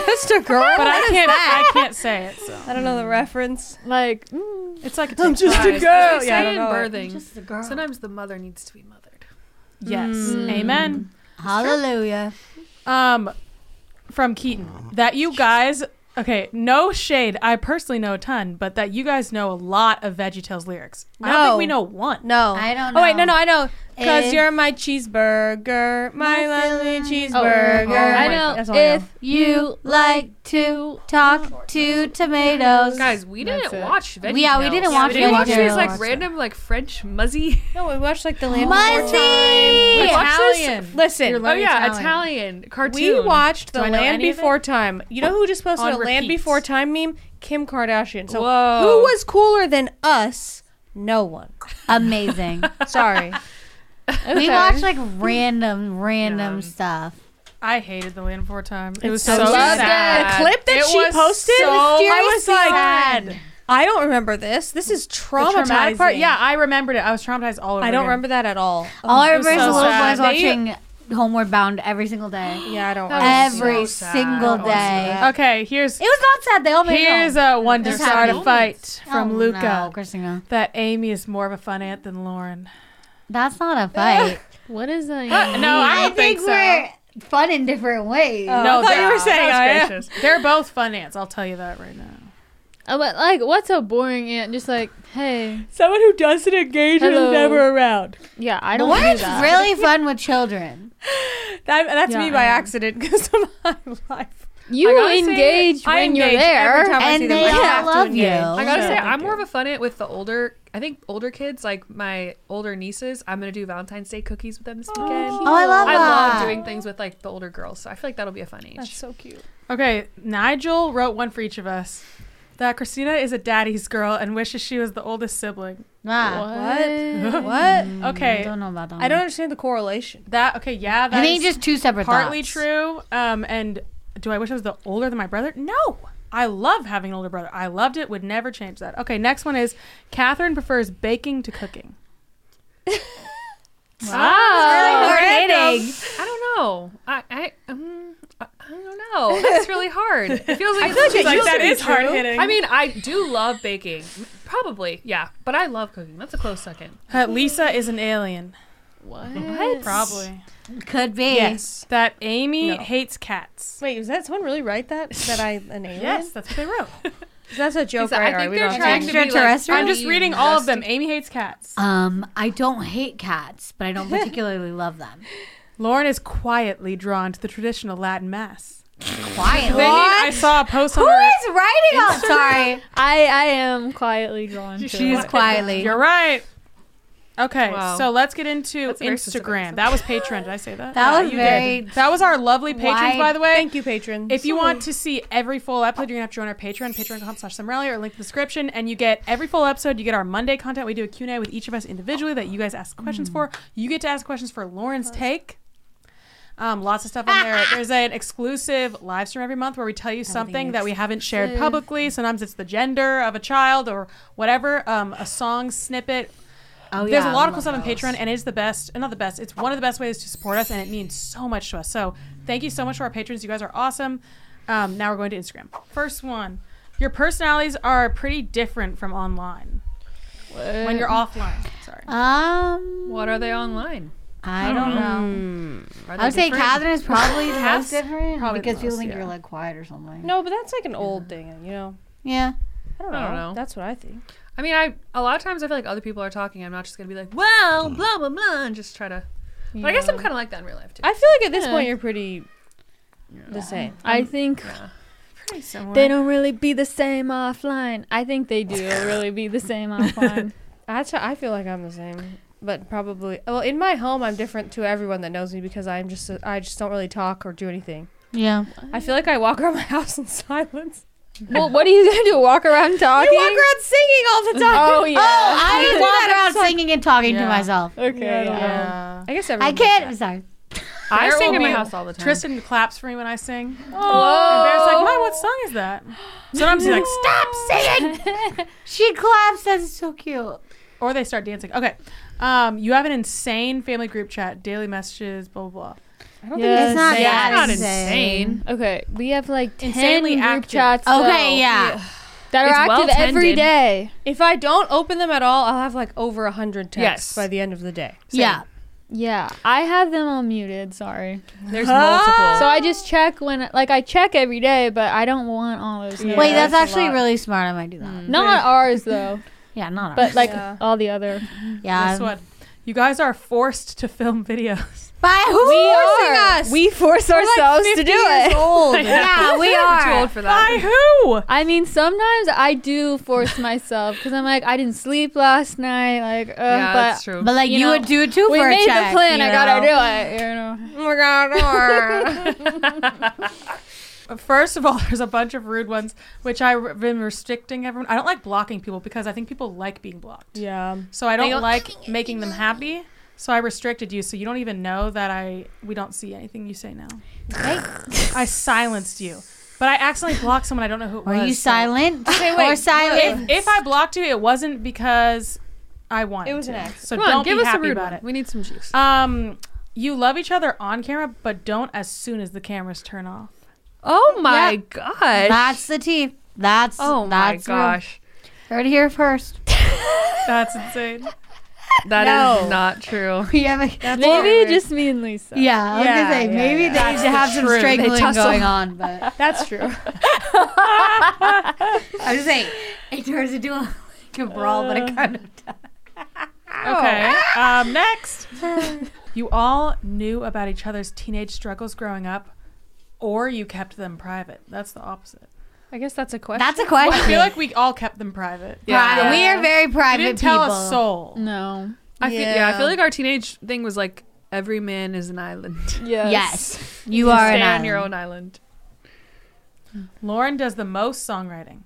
Speaker 5: just a girl.
Speaker 1: But I can't, I can't say it. So
Speaker 5: I don't know the reference.
Speaker 6: like mm,
Speaker 1: it's like
Speaker 5: I'm
Speaker 1: takes
Speaker 5: just a
Speaker 1: pride.
Speaker 5: girl.
Speaker 2: They
Speaker 5: Yeah, I
Speaker 2: say
Speaker 5: don't
Speaker 2: in
Speaker 5: know.
Speaker 2: birthing,
Speaker 3: just a girl.
Speaker 2: sometimes the mother needs to be mothered.
Speaker 1: Yes. Amen.
Speaker 3: Hallelujah.
Speaker 1: Um, from Keaton, that you guys. Okay, no shade. I personally know a ton, but that you guys know a lot of VeggieTales lyrics. I don't
Speaker 5: No.
Speaker 1: think we know one.
Speaker 5: No,
Speaker 3: I don't
Speaker 5: Oh wait, no,
Speaker 3: know.
Speaker 5: no, I know. Cause
Speaker 3: If-
Speaker 5: you're my cheeseburger, my lovely
Speaker 6: oh,
Speaker 5: cheeseburger.
Speaker 6: I know
Speaker 5: That's all I
Speaker 6: if
Speaker 5: know.
Speaker 6: you
Speaker 3: Like to talk to tomatoes.
Speaker 2: Guys, we
Speaker 6: That's
Speaker 2: didn't
Speaker 6: it.
Speaker 2: watch VeggieTales.
Speaker 3: Yeah, we didn't watch
Speaker 2: We didn't watch
Speaker 3: VeggieTales.
Speaker 2: these like
Speaker 3: Watch
Speaker 2: random like French muzzy.
Speaker 5: No, we watched like the land.
Speaker 3: Muzzy!
Speaker 2: Italian.
Speaker 5: Listen,
Speaker 2: Oh yeah,
Speaker 3: Italian.
Speaker 2: Italian, cartoon.
Speaker 5: we watched the
Speaker 1: I know
Speaker 5: land
Speaker 1: any of it?
Speaker 5: before time. You know who just posted
Speaker 1: On
Speaker 5: a land
Speaker 1: repeat.
Speaker 5: before time meme? Kim Kardashian. So
Speaker 2: Whoa.
Speaker 5: who was cooler than us? No one.
Speaker 3: Amazing.
Speaker 5: Sorry.
Speaker 3: We watch like random, random
Speaker 2: Yeah.
Speaker 3: stuff.
Speaker 1: I hated the Land Before Time. It was
Speaker 5: so
Speaker 1: so,
Speaker 5: sad.
Speaker 1: sad.
Speaker 5: The clip that
Speaker 1: It
Speaker 5: she
Speaker 1: was
Speaker 5: posted,
Speaker 1: so
Speaker 5: I was
Speaker 1: sad.
Speaker 5: like, I don't remember this. This is traumatic.
Speaker 1: traumatic part. Yeah, I remembered it. I was traumatized all over.
Speaker 5: I don't
Speaker 1: again.
Speaker 5: remember that at all.
Speaker 3: All I
Speaker 1: it was
Speaker 3: remember is the
Speaker 1: so
Speaker 3: little
Speaker 1: sad.
Speaker 3: boys
Speaker 5: They- Oh,
Speaker 3: watching Homeward Bound every single day.
Speaker 5: Yeah, I don't.
Speaker 2: That was
Speaker 3: Every
Speaker 2: so sad.
Speaker 3: single
Speaker 2: That was
Speaker 3: day.
Speaker 5: sad.
Speaker 1: Okay, here's
Speaker 3: It was not sad. They all made
Speaker 1: here's
Speaker 3: it.
Speaker 1: a one to
Speaker 3: There's
Speaker 1: start
Speaker 3: happy
Speaker 1: a fight from
Speaker 3: oh,
Speaker 1: Luca.
Speaker 3: No, Christina.
Speaker 1: That Amy is more of a fun aunt than Lauren.
Speaker 3: That's not a fight.
Speaker 6: what is that?
Speaker 1: No, I don't think, so. Oh,
Speaker 3: we're fun in different ways.
Speaker 1: no,
Speaker 5: I thought
Speaker 1: they're-
Speaker 5: you were saying I
Speaker 2: That was
Speaker 5: am.
Speaker 2: gracious.
Speaker 1: They're both fun aunts. I'll tell you that right now.
Speaker 6: Uh, but like, what's a boring aunt? Just like, hey,
Speaker 5: Someone who doesn't engage
Speaker 6: Hello.
Speaker 5: is never around.
Speaker 6: yeah, I don't do
Speaker 3: We're
Speaker 6: that.
Speaker 3: really fun with children.
Speaker 5: That, that's
Speaker 6: Yeah,
Speaker 5: me by
Speaker 6: I am.
Speaker 5: accident because of my life.
Speaker 6: You
Speaker 5: gotta say that
Speaker 6: engage
Speaker 5: I
Speaker 6: when you're
Speaker 5: engage
Speaker 6: there,
Speaker 5: every time I see
Speaker 3: and
Speaker 5: them.
Speaker 3: they
Speaker 5: I have
Speaker 3: all
Speaker 5: to
Speaker 3: love you.
Speaker 5: engage.
Speaker 2: I gotta say,
Speaker 5: Yeah.
Speaker 2: I'm more of a fun aunt with the older. I think older kids, like my older nieces, I'm gonna do Valentine's Day cookies with them this weekend.
Speaker 3: oh, I love
Speaker 2: I
Speaker 3: that.
Speaker 2: love doing things with like the older girls, so I feel like that'll be a fun age.
Speaker 5: That's so cute.
Speaker 1: Okay, Nigel wrote one for each of us. That Christina is a daddy's girl and wishes she was the oldest sibling.
Speaker 3: Nah,
Speaker 5: What?
Speaker 6: What?
Speaker 5: what?
Speaker 1: Okay,
Speaker 3: I don't know about that.
Speaker 5: I don't understand the correlation.
Speaker 1: that okay, yeah,
Speaker 3: I
Speaker 1: that's
Speaker 3: think just two separate
Speaker 1: partly
Speaker 3: thoughts.
Speaker 1: true. Um, and do I wish I was the older than my brother? No, I love having an older brother. I loved it. Would never change that. Okay, next one is Catherine prefers baking to cooking.
Speaker 3: Hard
Speaker 5: Random.
Speaker 3: hitting.
Speaker 2: I don't know. I I, um, I I don't know. That's really hard. It feels like, it's
Speaker 5: like
Speaker 2: like
Speaker 5: that is hard
Speaker 1: hitting.
Speaker 2: I mean, I do love baking, probably, yeah, but I love cooking. That's a close second.
Speaker 1: Uh, Lisa is an alien.
Speaker 6: What?
Speaker 1: Probably.
Speaker 3: Could be.
Speaker 1: Yes. That Amy
Speaker 5: No.
Speaker 1: hates cats.
Speaker 5: Wait, was that someone really write that? That I an alien?
Speaker 1: Yes, that's what they wrote.
Speaker 5: That's a joke,
Speaker 2: So
Speaker 5: right?
Speaker 2: I
Speaker 5: Alright,
Speaker 2: think
Speaker 5: we
Speaker 2: they're
Speaker 5: don't
Speaker 2: trying
Speaker 5: have
Speaker 2: to
Speaker 5: to-
Speaker 2: be like,
Speaker 3: Extraterrestrial?
Speaker 1: I'm just reading all of them. Amy hates cats.
Speaker 3: Um, I don't hate cats, but I don't particularly love them.
Speaker 1: Lauren is quietly drawn to the traditional Latin mass.
Speaker 3: Quietly.
Speaker 1: They need- I saw a post on
Speaker 3: Who
Speaker 1: her.
Speaker 3: is writing all? Sorry,
Speaker 6: I I am quietly drawn to.
Speaker 1: She's
Speaker 6: it.
Speaker 3: quietly.
Speaker 1: You're right. Okay,
Speaker 2: Wow.
Speaker 1: so let's get into
Speaker 2: That's very specific.
Speaker 1: Instagram. That was Patreon. Did I say that?
Speaker 3: That
Speaker 1: Yeah,
Speaker 3: was
Speaker 1: you did.
Speaker 3: very
Speaker 1: That was our lovely patrons,
Speaker 3: wide-
Speaker 1: by the way.
Speaker 5: Thank you, patrons.
Speaker 1: If you want to see every full episode, you're gonna have to join our Patreon, patreon.com slash Summerelli or link in the description. And you get every full episode, you get our Monday content. We do a Q&A with each of us individually that you guys ask questions for. You get to ask questions for Lauren's take. Um, lots of stuff on there. There's an exclusive live stream every month where we tell you something that we haven't shared publicly. Sometimes it's the gender of a child or whatever, um, a song snippet.
Speaker 3: Oh,
Speaker 1: There's
Speaker 3: yeah,
Speaker 1: a lot
Speaker 3: I
Speaker 1: of cool stuff on Patreon, and it is the best, and not the best. It's one of the best ways to support us, and it means so much to us. So thank you so much to our patrons. You guys are awesome. Um, now we're going to Instagram. First one, your personalities are pretty different from online. When you're offline, sorry.
Speaker 3: Um,
Speaker 2: What are they online?
Speaker 3: I don't know.
Speaker 2: Are
Speaker 3: I would
Speaker 2: they
Speaker 3: say
Speaker 2: different?
Speaker 3: Catherine is probably the most
Speaker 2: Cass-
Speaker 3: different
Speaker 2: probably the
Speaker 3: because people
Speaker 2: most,
Speaker 3: think
Speaker 2: yeah.
Speaker 3: you're like quiet or something.
Speaker 5: No, but that's like an old thing, you know.
Speaker 3: Yeah.
Speaker 5: I don't know.
Speaker 2: I don't know.
Speaker 5: That's what I think.
Speaker 2: I mean, I a lot of times I feel like other people are talking. I'm not just gonna be like, well, blah blah blah, and just try to. But I guess I'm kind of like that in real life too.
Speaker 5: I feel like at this
Speaker 6: Yeah.
Speaker 5: point you're pretty the same.
Speaker 6: I think
Speaker 1: Pretty similar.
Speaker 6: they don't really be the same offline. I think they do really be the same offline.
Speaker 5: I t- I feel like I'm the same, but probably well in my home I'm different to everyone that knows me because I'm just I just don't really talk or do anything.
Speaker 3: Yeah.
Speaker 5: I feel like I walk around my house in silence.
Speaker 6: well, what are you gonna do? Walk around talking?
Speaker 5: I walk around singing all the time.
Speaker 6: Oh yeah.
Speaker 3: Oh, I just walk around singing and talking to
Speaker 1: Yeah.
Speaker 3: myself.
Speaker 6: okay. yeah.
Speaker 1: yeah.
Speaker 5: I guess
Speaker 3: I
Speaker 5: everyone.
Speaker 3: can't. I'm sorry.
Speaker 2: I
Speaker 1: There
Speaker 2: sing
Speaker 1: will
Speaker 2: in my
Speaker 1: be-
Speaker 2: house all the time.
Speaker 1: Tristan claps for me when I sing.
Speaker 6: Whoa.
Speaker 1: Oh. And Bear's like, "My, what song is that?" Sometimes he's like, "Stop singing,"
Speaker 3: She claps. That's so cute.
Speaker 1: or they start dancing. Okay, um, you have an insane family group chat, daily messages, blah blah. blah.
Speaker 5: I don't
Speaker 6: Yeah.
Speaker 5: think
Speaker 3: It's not
Speaker 6: insane.
Speaker 3: that
Speaker 2: not
Speaker 3: insane.
Speaker 2: insane.
Speaker 6: Okay, we have like ten
Speaker 1: Insanely
Speaker 6: group
Speaker 1: active.
Speaker 6: chats.
Speaker 3: Okay,
Speaker 6: though,
Speaker 3: yeah.
Speaker 6: that
Speaker 2: It's
Speaker 6: are active every
Speaker 2: well-tended.
Speaker 6: day.
Speaker 5: if I don't open them at all, I'll have like over a hundred texts
Speaker 2: Yes.
Speaker 5: by the end of the day.
Speaker 3: Yeah.
Speaker 6: Yeah, I have them all muted. Sorry.
Speaker 2: There's multiple.
Speaker 6: So I just check when, like, I check every day, but I don't want all those.
Speaker 5: Yeah.
Speaker 3: Wait,
Speaker 6: notifications.
Speaker 5: that's
Speaker 3: that's,
Speaker 5: a
Speaker 3: actually
Speaker 5: lot.
Speaker 3: really smart. I might do that.
Speaker 6: not ours though,
Speaker 3: Yeah, not
Speaker 6: Mm. but like
Speaker 5: Yeah.
Speaker 6: all the other.
Speaker 3: yeah.
Speaker 5: Um,
Speaker 1: Guess what? You guys are forced to film videos.
Speaker 3: By who?
Speaker 5: forcing us.
Speaker 6: We force ourselves to do it.
Speaker 3: Yeah, we
Speaker 2: I'm too
Speaker 3: are.
Speaker 2: old for that.
Speaker 1: By who?
Speaker 6: I mean, sometimes I do force myself because I'm like, I didn't sleep last night. Like, uh,
Speaker 2: yeah,
Speaker 6: but
Speaker 2: that's true.
Speaker 3: But like you,
Speaker 6: You know,
Speaker 3: would do it too
Speaker 6: we
Speaker 3: for
Speaker 6: made
Speaker 3: a check.
Speaker 6: the plan.
Speaker 3: you
Speaker 6: I gotta
Speaker 3: know?
Speaker 6: do it. You know.
Speaker 5: Oh my god.
Speaker 1: First of all, there's a bunch of rude ones, which I've been restricting everyone. I don't like blocking people because I think people like being blocked.
Speaker 5: yeah.
Speaker 1: So I don't
Speaker 2: go,
Speaker 1: like making them happy. So I restricted you, so you don't even know that I we don't see anything you say now. I silenced you, but I accidentally blocked someone. I don't know who it was.
Speaker 3: Were you
Speaker 1: so-
Speaker 3: silent? or
Speaker 1: wait.
Speaker 3: silent?
Speaker 1: If, if I blocked you, it wasn't because I wanted.
Speaker 5: It was an
Speaker 1: to.
Speaker 5: accident.
Speaker 1: So
Speaker 2: Come
Speaker 1: don't
Speaker 2: on, give
Speaker 1: be
Speaker 2: us
Speaker 1: happy
Speaker 2: a rude
Speaker 1: about
Speaker 2: one.
Speaker 1: it.
Speaker 2: We need some juice.
Speaker 1: Um, you love each other on camera, but don't as soon as the cameras turn off.
Speaker 2: oh my
Speaker 3: yeah.
Speaker 2: gosh.
Speaker 3: that's the teeth. That's
Speaker 2: oh my
Speaker 3: that's real.
Speaker 2: gosh.
Speaker 3: Heard it here first.
Speaker 1: That's insane.
Speaker 2: That is
Speaker 6: No.
Speaker 2: not true.
Speaker 3: We have a,
Speaker 6: Maybe just me and Lisa.
Speaker 3: yeah, I was
Speaker 5: Yeah,
Speaker 3: gonna say
Speaker 5: yeah,
Speaker 3: maybe
Speaker 5: yeah.
Speaker 3: they should have some
Speaker 2: truth. They
Speaker 3: strangling
Speaker 2: tussle.
Speaker 3: going on, but
Speaker 5: That's true.
Speaker 3: I was saying it turns into a, like a brawl, but it kind of
Speaker 1: Okay. Um, next. you all knew about each other's teenage struggles growing up, or you kept them private. That's the opposite.
Speaker 5: I guess that's a question.
Speaker 3: That's a question.
Speaker 1: I feel like we all kept them private.
Speaker 2: Yeah.
Speaker 3: Pri- we are very
Speaker 1: You
Speaker 3: private
Speaker 1: didn't tell
Speaker 3: people.
Speaker 1: a soul.
Speaker 6: No.
Speaker 2: I feel, yeah, I
Speaker 5: Yeah.
Speaker 2: feel like our teenage thing was like every man is an island.
Speaker 6: Yes.
Speaker 3: Yes, you are
Speaker 2: Stay
Speaker 3: an
Speaker 2: on your
Speaker 3: island.
Speaker 2: own island.
Speaker 1: Lauren does the most songwriting.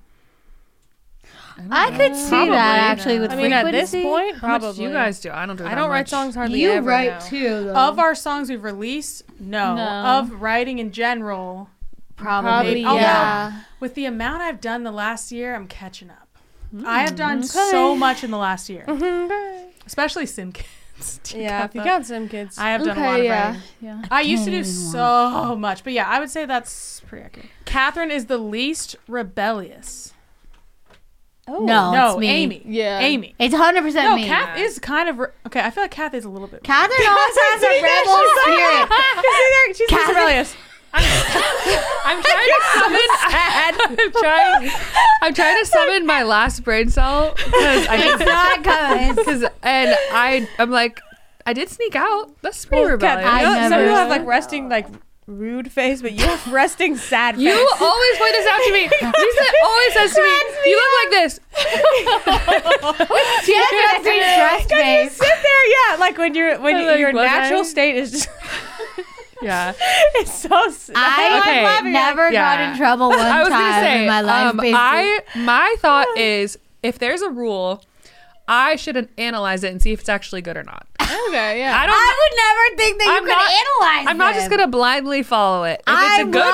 Speaker 3: I could see
Speaker 2: Probably.
Speaker 3: that actually with
Speaker 5: I mean, at this
Speaker 3: frequency.
Speaker 5: point,
Speaker 2: How
Speaker 5: probably
Speaker 2: much do you guys do? I don't do.
Speaker 5: I
Speaker 2: that
Speaker 5: don't write
Speaker 2: much.
Speaker 5: songs hardly
Speaker 3: you
Speaker 5: ever
Speaker 3: write
Speaker 5: now.
Speaker 3: too, though.
Speaker 1: Of our songs we've released, no.
Speaker 6: No.
Speaker 1: Of writing in general,
Speaker 6: Probably.
Speaker 1: Maybe- Although-
Speaker 6: Yeah.
Speaker 1: with the amount I've done the last year, I'm catching up. I have done so much in the last year, especially Simkids. Do you
Speaker 5: Yeah,
Speaker 1: count
Speaker 5: if you
Speaker 1: that?
Speaker 5: count some kids.
Speaker 1: I have done a lot
Speaker 6: Okay.
Speaker 1: of
Speaker 6: Yeah.
Speaker 1: writing.
Speaker 6: Yeah.
Speaker 1: I used to do so much, but yeah, I would say that's pretty accurate. Catherine is the least rebellious.
Speaker 5: oh.
Speaker 3: no,
Speaker 1: no,
Speaker 3: it's me.
Speaker 1: Amy.
Speaker 6: Yeah.
Speaker 1: Amy.
Speaker 3: It's hundred percent
Speaker 1: No,
Speaker 3: me.
Speaker 1: Kath is kind of re- okay. I feel like Kath is a little bit.
Speaker 3: Catherine always has a rebel spirit.
Speaker 5: She's
Speaker 3: Catherine-
Speaker 5: rebellious.
Speaker 2: I'm trying to summon. I'm trying. I'm trying to summon my last brain cell because I
Speaker 3: It's
Speaker 2: did.
Speaker 3: not coming.
Speaker 2: Because and I, I'm like, I did sneak out. That's pretty rebellious.
Speaker 5: Kath, you
Speaker 3: I
Speaker 5: know, some
Speaker 3: never-
Speaker 5: people have like Oh. resting like rude face, but you have resting sad face.
Speaker 2: You always point this out to me. Lisa always says to me, "You look like this."
Speaker 3: She has a stressed face.
Speaker 5: sit there, yeah. Like when you're when
Speaker 2: I'm like,
Speaker 5: your
Speaker 2: was
Speaker 5: natural
Speaker 2: I?
Speaker 5: state is just
Speaker 2: Yeah.
Speaker 5: it's so. s-
Speaker 3: I
Speaker 2: Okay.
Speaker 3: have never got
Speaker 2: Yeah.
Speaker 3: in trouble one
Speaker 2: I was gonna
Speaker 3: time
Speaker 2: say,
Speaker 3: in my life.
Speaker 2: um,
Speaker 3: basically.
Speaker 2: I my thought is if there's a rule, I should an- analyze it and see if it's actually good or not.
Speaker 6: Okay. Yeah.
Speaker 2: I don't.
Speaker 3: I would never think that you
Speaker 2: I'm
Speaker 3: could
Speaker 2: not-
Speaker 3: analyze.
Speaker 2: I'm not just
Speaker 3: them.
Speaker 2: gonna blindly follow it. If
Speaker 3: I
Speaker 2: it's a good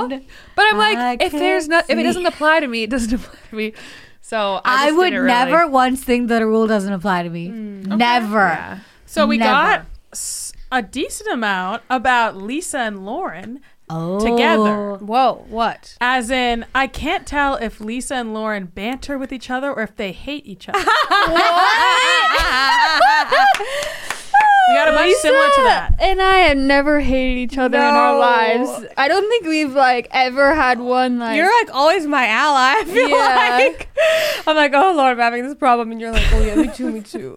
Speaker 3: would.
Speaker 2: rule, but I'm
Speaker 3: I
Speaker 2: like, if
Speaker 3: can't
Speaker 2: there's not, if
Speaker 3: see.
Speaker 2: it doesn't apply to me, it doesn't apply to me. So
Speaker 3: I
Speaker 2: I, just
Speaker 3: would
Speaker 2: didn't really-
Speaker 3: never once think that a rule doesn't apply to me. Never.
Speaker 2: Yeah.
Speaker 1: So we
Speaker 3: Never.
Speaker 1: got s- a decent amount about Lisa and Lauren,
Speaker 3: Oh.
Speaker 1: Together.
Speaker 5: Whoa, what?
Speaker 1: as in, I can't tell if Lisa and Lauren banter with each other or if they hate each other. We got a bunch similar to that.
Speaker 6: And I have never hated each other in our lives. I don't think we've like ever had one like.
Speaker 5: You're like always my ally. I feel
Speaker 6: Yeah.
Speaker 5: like I'm like, oh Lord, I'm having this problem, and you're like, oh yeah, me too, me too.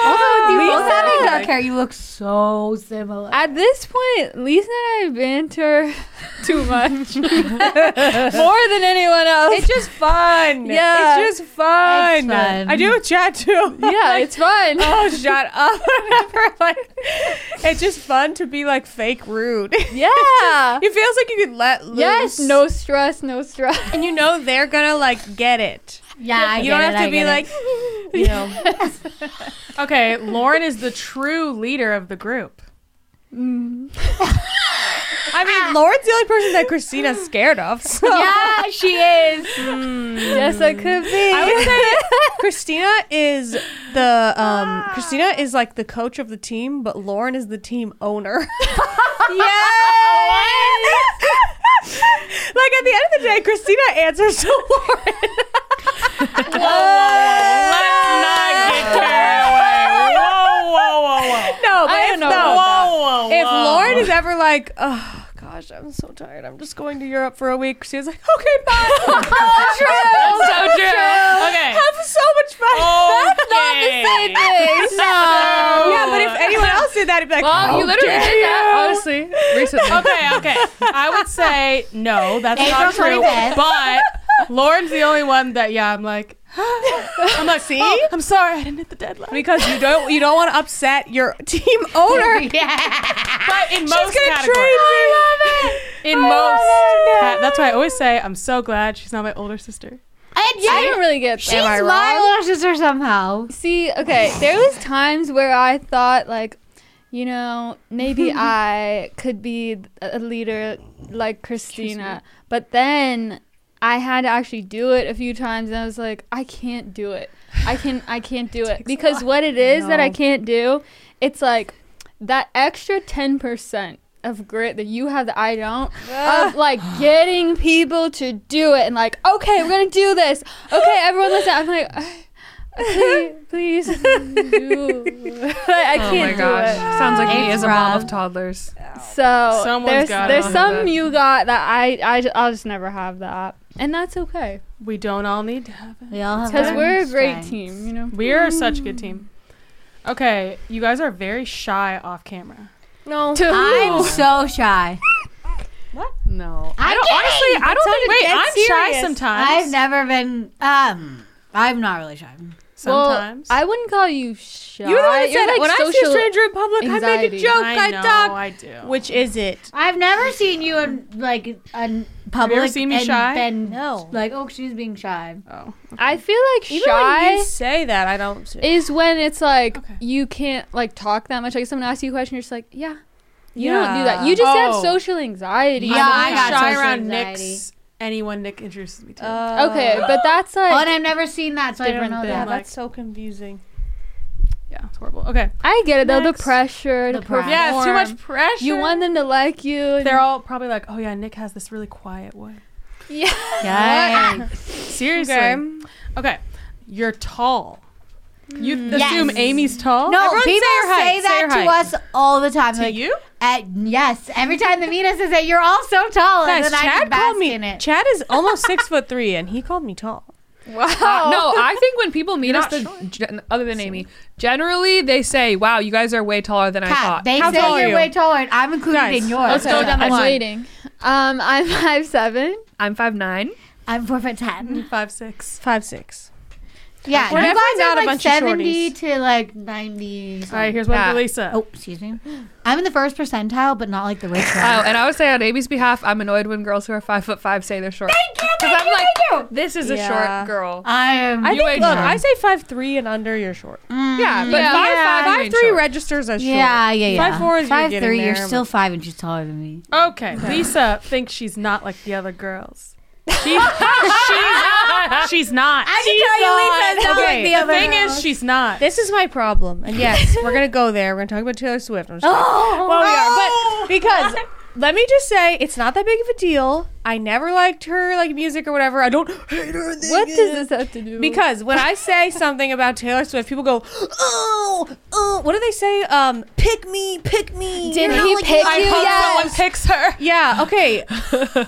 Speaker 3: Also, with you both having dark hair, you look so similar.
Speaker 6: at this point, Lisa and I banter too much, more than anyone else.
Speaker 5: it's just fun.
Speaker 6: Yeah.
Speaker 5: it's just fun.
Speaker 3: It's fun.
Speaker 5: I do with Chad too.
Speaker 6: yeah, it's fun.
Speaker 5: oh, shut up. Whatever. Like, it's just fun to be like fake rude.
Speaker 6: Yeah.
Speaker 5: It feels like you could let loose.
Speaker 6: yes. No stress. No stress.
Speaker 5: And you know they're gonna like get it.
Speaker 3: yeah, I
Speaker 5: you
Speaker 3: get
Speaker 5: don't
Speaker 3: it,
Speaker 5: have
Speaker 3: I
Speaker 5: to be
Speaker 3: get it.
Speaker 5: like, you know.
Speaker 1: Okay, Lauren is the true leader of the group.
Speaker 5: I
Speaker 3: Ah.
Speaker 5: mean, Lauren's the only person that Christina's scared of. So.
Speaker 3: yeah, she is.
Speaker 6: Yes, I could be.
Speaker 5: I would say Christina is the um
Speaker 3: Ah.
Speaker 5: Christina is like the coach of the team, but Lauren is the team owner. yes. like at the end of the day, Christina answers to Lauren.
Speaker 1: Let's not get carried away. Whoa, whoa, whoa, whoa.
Speaker 5: No, but
Speaker 6: I don't
Speaker 5: if,
Speaker 6: know
Speaker 5: no,
Speaker 6: about that.
Speaker 1: Whoa, whoa,
Speaker 5: if
Speaker 1: whoa.
Speaker 5: Lauren is ever like, oh gosh, I'm so tired. I'm just going to Europe for a week. Christina's like, okay, bye.
Speaker 1: That's so true. Okay.
Speaker 5: Have so much fun.
Speaker 1: That's not the same
Speaker 6: thing.
Speaker 1: No.
Speaker 5: Yeah, but if anyone else did that, it'd be like,
Speaker 2: Well,
Speaker 5: oh,
Speaker 2: you literally
Speaker 5: dare
Speaker 2: did that,
Speaker 5: you.
Speaker 2: honestly, recently.
Speaker 1: Okay, okay. I would say no, that's
Speaker 3: April
Speaker 1: not true.
Speaker 3: 25th.
Speaker 1: But Lauren's the only one that yeah, I'm like I'm like, see? I'm sorry, I didn't hit the deadline.
Speaker 5: because you don't you don't want to upset your team owner.
Speaker 1: but in
Speaker 5: She's
Speaker 1: most
Speaker 5: gonna
Speaker 1: categories.
Speaker 5: trade me.
Speaker 1: in
Speaker 5: I
Speaker 1: most
Speaker 5: love it.
Speaker 1: ca- that's why I always say I'm so glad she's not my older sister.
Speaker 3: And
Speaker 6: I don't really get.
Speaker 3: she's my little sister somehow.
Speaker 6: See, okay, there was times where I thought like, you know, maybe I could be a a leader like Christina, but then I had to actually do it a few times, and I was like, I can't do it. I can, I can't do it because what it is that I can't do, it's like that extra ten percent of grit that you have that I don't
Speaker 5: Uh, Ah.
Speaker 6: of like getting people to do it and like okay we're gonna do this okay everyone listen I'm like "Uh, please, please do. I
Speaker 2: Oh
Speaker 6: can't
Speaker 2: my gosh.
Speaker 6: do
Speaker 2: Sounds like me
Speaker 3: It's
Speaker 2: as a mom
Speaker 3: rough.
Speaker 2: of toddlers.
Speaker 6: it. So
Speaker 1: Someone's
Speaker 6: there's
Speaker 1: gotta
Speaker 6: there's
Speaker 1: have
Speaker 6: some
Speaker 2: that.
Speaker 6: you got that I I ju- I'll just never have that, and that's okay
Speaker 1: We don't all need to have it.
Speaker 3: We all
Speaker 5: Oh,
Speaker 3: have
Speaker 6: because
Speaker 3: our
Speaker 6: we're a
Speaker 3: own
Speaker 6: great
Speaker 3: strengths.
Speaker 6: team, you know.
Speaker 1: We are such a good team. Okay, you guys are very shy off camera.
Speaker 5: No.
Speaker 2: Uh,
Speaker 3: I'm so shy.
Speaker 2: No.
Speaker 3: I
Speaker 1: don't honestly I don't think wait,
Speaker 5: get
Speaker 1: I'm shy
Speaker 5: serious.
Speaker 1: sometimes.
Speaker 3: I've never been. Um, I'm not really shy.
Speaker 1: sometimes.
Speaker 6: Well, I wouldn't call you shy.
Speaker 5: You're the one that said
Speaker 6: like
Speaker 5: when I see a
Speaker 6: social-
Speaker 5: stranger in public, I make
Speaker 6: anxiety.
Speaker 5: a joke, I,
Speaker 1: know,
Speaker 5: talk.
Speaker 1: I do.
Speaker 5: Which is it?
Speaker 3: I've never seen you in like in public.
Speaker 1: seen me
Speaker 3: and
Speaker 1: shy?
Speaker 3: Been
Speaker 5: No.
Speaker 3: Like, oh, she's being shy.
Speaker 1: oh.
Speaker 6: I feel like
Speaker 5: Even
Speaker 6: shy.
Speaker 5: when you say that, I don't.
Speaker 6: is when it's like
Speaker 1: Okay.
Speaker 6: you can't like talk that much. Like someone asks you a question, you're just like, yeah, you don't do that. You just
Speaker 1: Oh.
Speaker 6: have social anxiety.
Speaker 3: Yeah, I
Speaker 1: I'm
Speaker 3: got
Speaker 1: shy
Speaker 3: social
Speaker 1: around
Speaker 3: anxiety.
Speaker 1: Nick's. Anyone Nick introduces me to.
Speaker 5: Uh,
Speaker 6: Okay, but that's like
Speaker 3: Oh, and I've never seen that, so I don't
Speaker 6: different
Speaker 3: know
Speaker 6: thing.
Speaker 5: Yeah,
Speaker 3: that.
Speaker 1: like-
Speaker 5: that's so confusing.
Speaker 1: yeah, it's horrible. Okay.
Speaker 6: I get it though.
Speaker 1: Next.
Speaker 6: The pressure,
Speaker 3: The
Speaker 6: to
Speaker 3: pressure.
Speaker 1: Yeah, it's too
Speaker 6: perform.
Speaker 1: much pressure.
Speaker 6: You want them to like you. and-
Speaker 1: They're all probably like, oh yeah, Nick has this really quiet voice.
Speaker 6: yeah.
Speaker 3: Yikes.
Speaker 1: Seriously.
Speaker 5: Okay.
Speaker 1: Okay. You're tall. You
Speaker 3: Mm. Yes.
Speaker 1: assume Amy's tall?
Speaker 3: No,
Speaker 5: Everyone say
Speaker 3: people
Speaker 5: your height,
Speaker 3: say
Speaker 5: say your
Speaker 3: that to
Speaker 5: height.
Speaker 3: us all the time.
Speaker 1: To
Speaker 3: like,
Speaker 1: you?
Speaker 3: At, yes, every time they meet us, they say you're all so tall, and
Speaker 5: Guys,
Speaker 3: then I
Speaker 5: Chad
Speaker 3: just
Speaker 5: called
Speaker 3: bask
Speaker 5: me.
Speaker 3: in it.
Speaker 5: Chad is almost six foot three, and he called me tall.
Speaker 2: Uh, no, I think when people meet
Speaker 1: not
Speaker 2: us, the, gen- other than Amy, generally they say, "Wow, you guys are way taller than I
Speaker 3: Pat,
Speaker 2: thought."
Speaker 3: they
Speaker 5: How tall
Speaker 3: say
Speaker 5: are
Speaker 3: you're
Speaker 5: you?
Speaker 3: way taller, and I'm included
Speaker 5: Guys,
Speaker 3: in yours.
Speaker 1: let's go down the
Speaker 6: I'm
Speaker 1: line.
Speaker 6: waiting. Um, I'm five seven.
Speaker 2: I'm five nine.
Speaker 3: I'm four foot ten.
Speaker 1: Five six.
Speaker 5: Five six.
Speaker 3: Yeah,
Speaker 5: We're
Speaker 3: you
Speaker 5: definitely
Speaker 3: guys
Speaker 5: not
Speaker 3: are
Speaker 5: a
Speaker 3: like
Speaker 5: bunch of
Speaker 3: seventy
Speaker 5: shorties.
Speaker 3: to like ninety.
Speaker 1: All right, here's one
Speaker 2: Yeah.
Speaker 1: for Lisa.
Speaker 3: Oh, excuse me. I'm in the first percentile, but not like the rich
Speaker 2: Oh,
Speaker 3: one.
Speaker 2: and I would say on Amy's behalf, I'm annoyed when girls who are five foot five say they're short.
Speaker 3: Thank you, thank
Speaker 2: I'm
Speaker 3: you,
Speaker 2: like-
Speaker 3: thank you.
Speaker 2: This is a
Speaker 5: Yeah.
Speaker 2: short girl.
Speaker 3: I am.
Speaker 5: I
Speaker 2: You
Speaker 5: think.
Speaker 2: ain't
Speaker 5: Look,
Speaker 2: short.
Speaker 5: I say five three and under, you're short.
Speaker 2: yeah, but
Speaker 6: Yeah.
Speaker 2: five
Speaker 3: Yeah.
Speaker 2: five,
Speaker 5: Five
Speaker 2: you ain't
Speaker 5: three
Speaker 2: short.
Speaker 5: registers as short.
Speaker 3: yeah, yeah, yeah.
Speaker 5: Five four is
Speaker 3: five
Speaker 5: you're
Speaker 3: three.
Speaker 5: getting
Speaker 3: You're
Speaker 5: there,
Speaker 3: still five inches taller than me.
Speaker 1: Okay. Lisa thinks she's not like the other girls. She, she's, she's not.
Speaker 3: I can tell you we said that
Speaker 1: Okay,
Speaker 3: with the other
Speaker 1: thing
Speaker 3: house.
Speaker 1: is, she's not.
Speaker 5: This is my problem. And yes, we're going to go there. We're going to talk about Taylor Swift. I'm just kidding.
Speaker 3: oh,
Speaker 5: well, we are. But because let me just say, it's not that big of a deal. I never liked her like music or whatever. I don't hate her.
Speaker 6: What does this have to do?
Speaker 5: Because when I say something about Taylor Swift, people go, "Oh, oh." What do they say? Um, pick me, pick me.
Speaker 6: did
Speaker 5: You know,
Speaker 6: he
Speaker 5: like,
Speaker 6: pick
Speaker 1: I
Speaker 6: you?
Speaker 1: hope someone
Speaker 6: Yes.
Speaker 1: picks her.
Speaker 5: Yeah. Okay.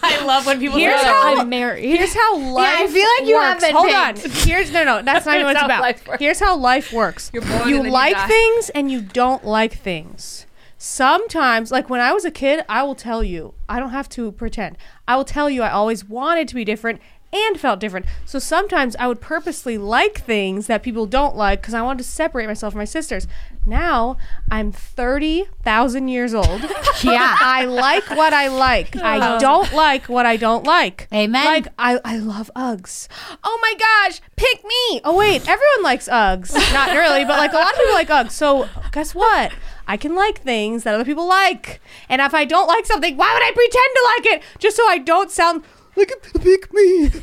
Speaker 1: I love when people
Speaker 5: Here's
Speaker 1: do that.
Speaker 5: how-
Speaker 6: I'm married.
Speaker 5: Here's how life.
Speaker 3: I feel like you
Speaker 5: works.
Speaker 3: have been
Speaker 5: Hold
Speaker 3: picked.
Speaker 5: on. Here's no, no. That's not even what it's
Speaker 2: how
Speaker 5: about.
Speaker 2: life works.
Speaker 5: Here's how life works.
Speaker 2: You're born
Speaker 5: you
Speaker 2: and then you
Speaker 5: like
Speaker 2: die.
Speaker 5: things and you don't like things. Sometimes, like when I was a kid, I will tell you. I don't have to pretend. I will tell you. I always wanted to be different and felt different. So sometimes I would purposely like things that people don't like because I wanted to separate myself from my sisters. Now I'm thirty thousand years old. yeah, I like what I like. I don't like what I don't like.
Speaker 3: Amen.
Speaker 5: Like I, I love Uggs. Oh my gosh, pick me. Oh wait, everyone likes Uggs. Not really, but like a lot of people like Uggs. So guess what? I can like things that other people like. And if I don't like something, why would I pretend to like it? Just so I don't sound like a pick me. I hate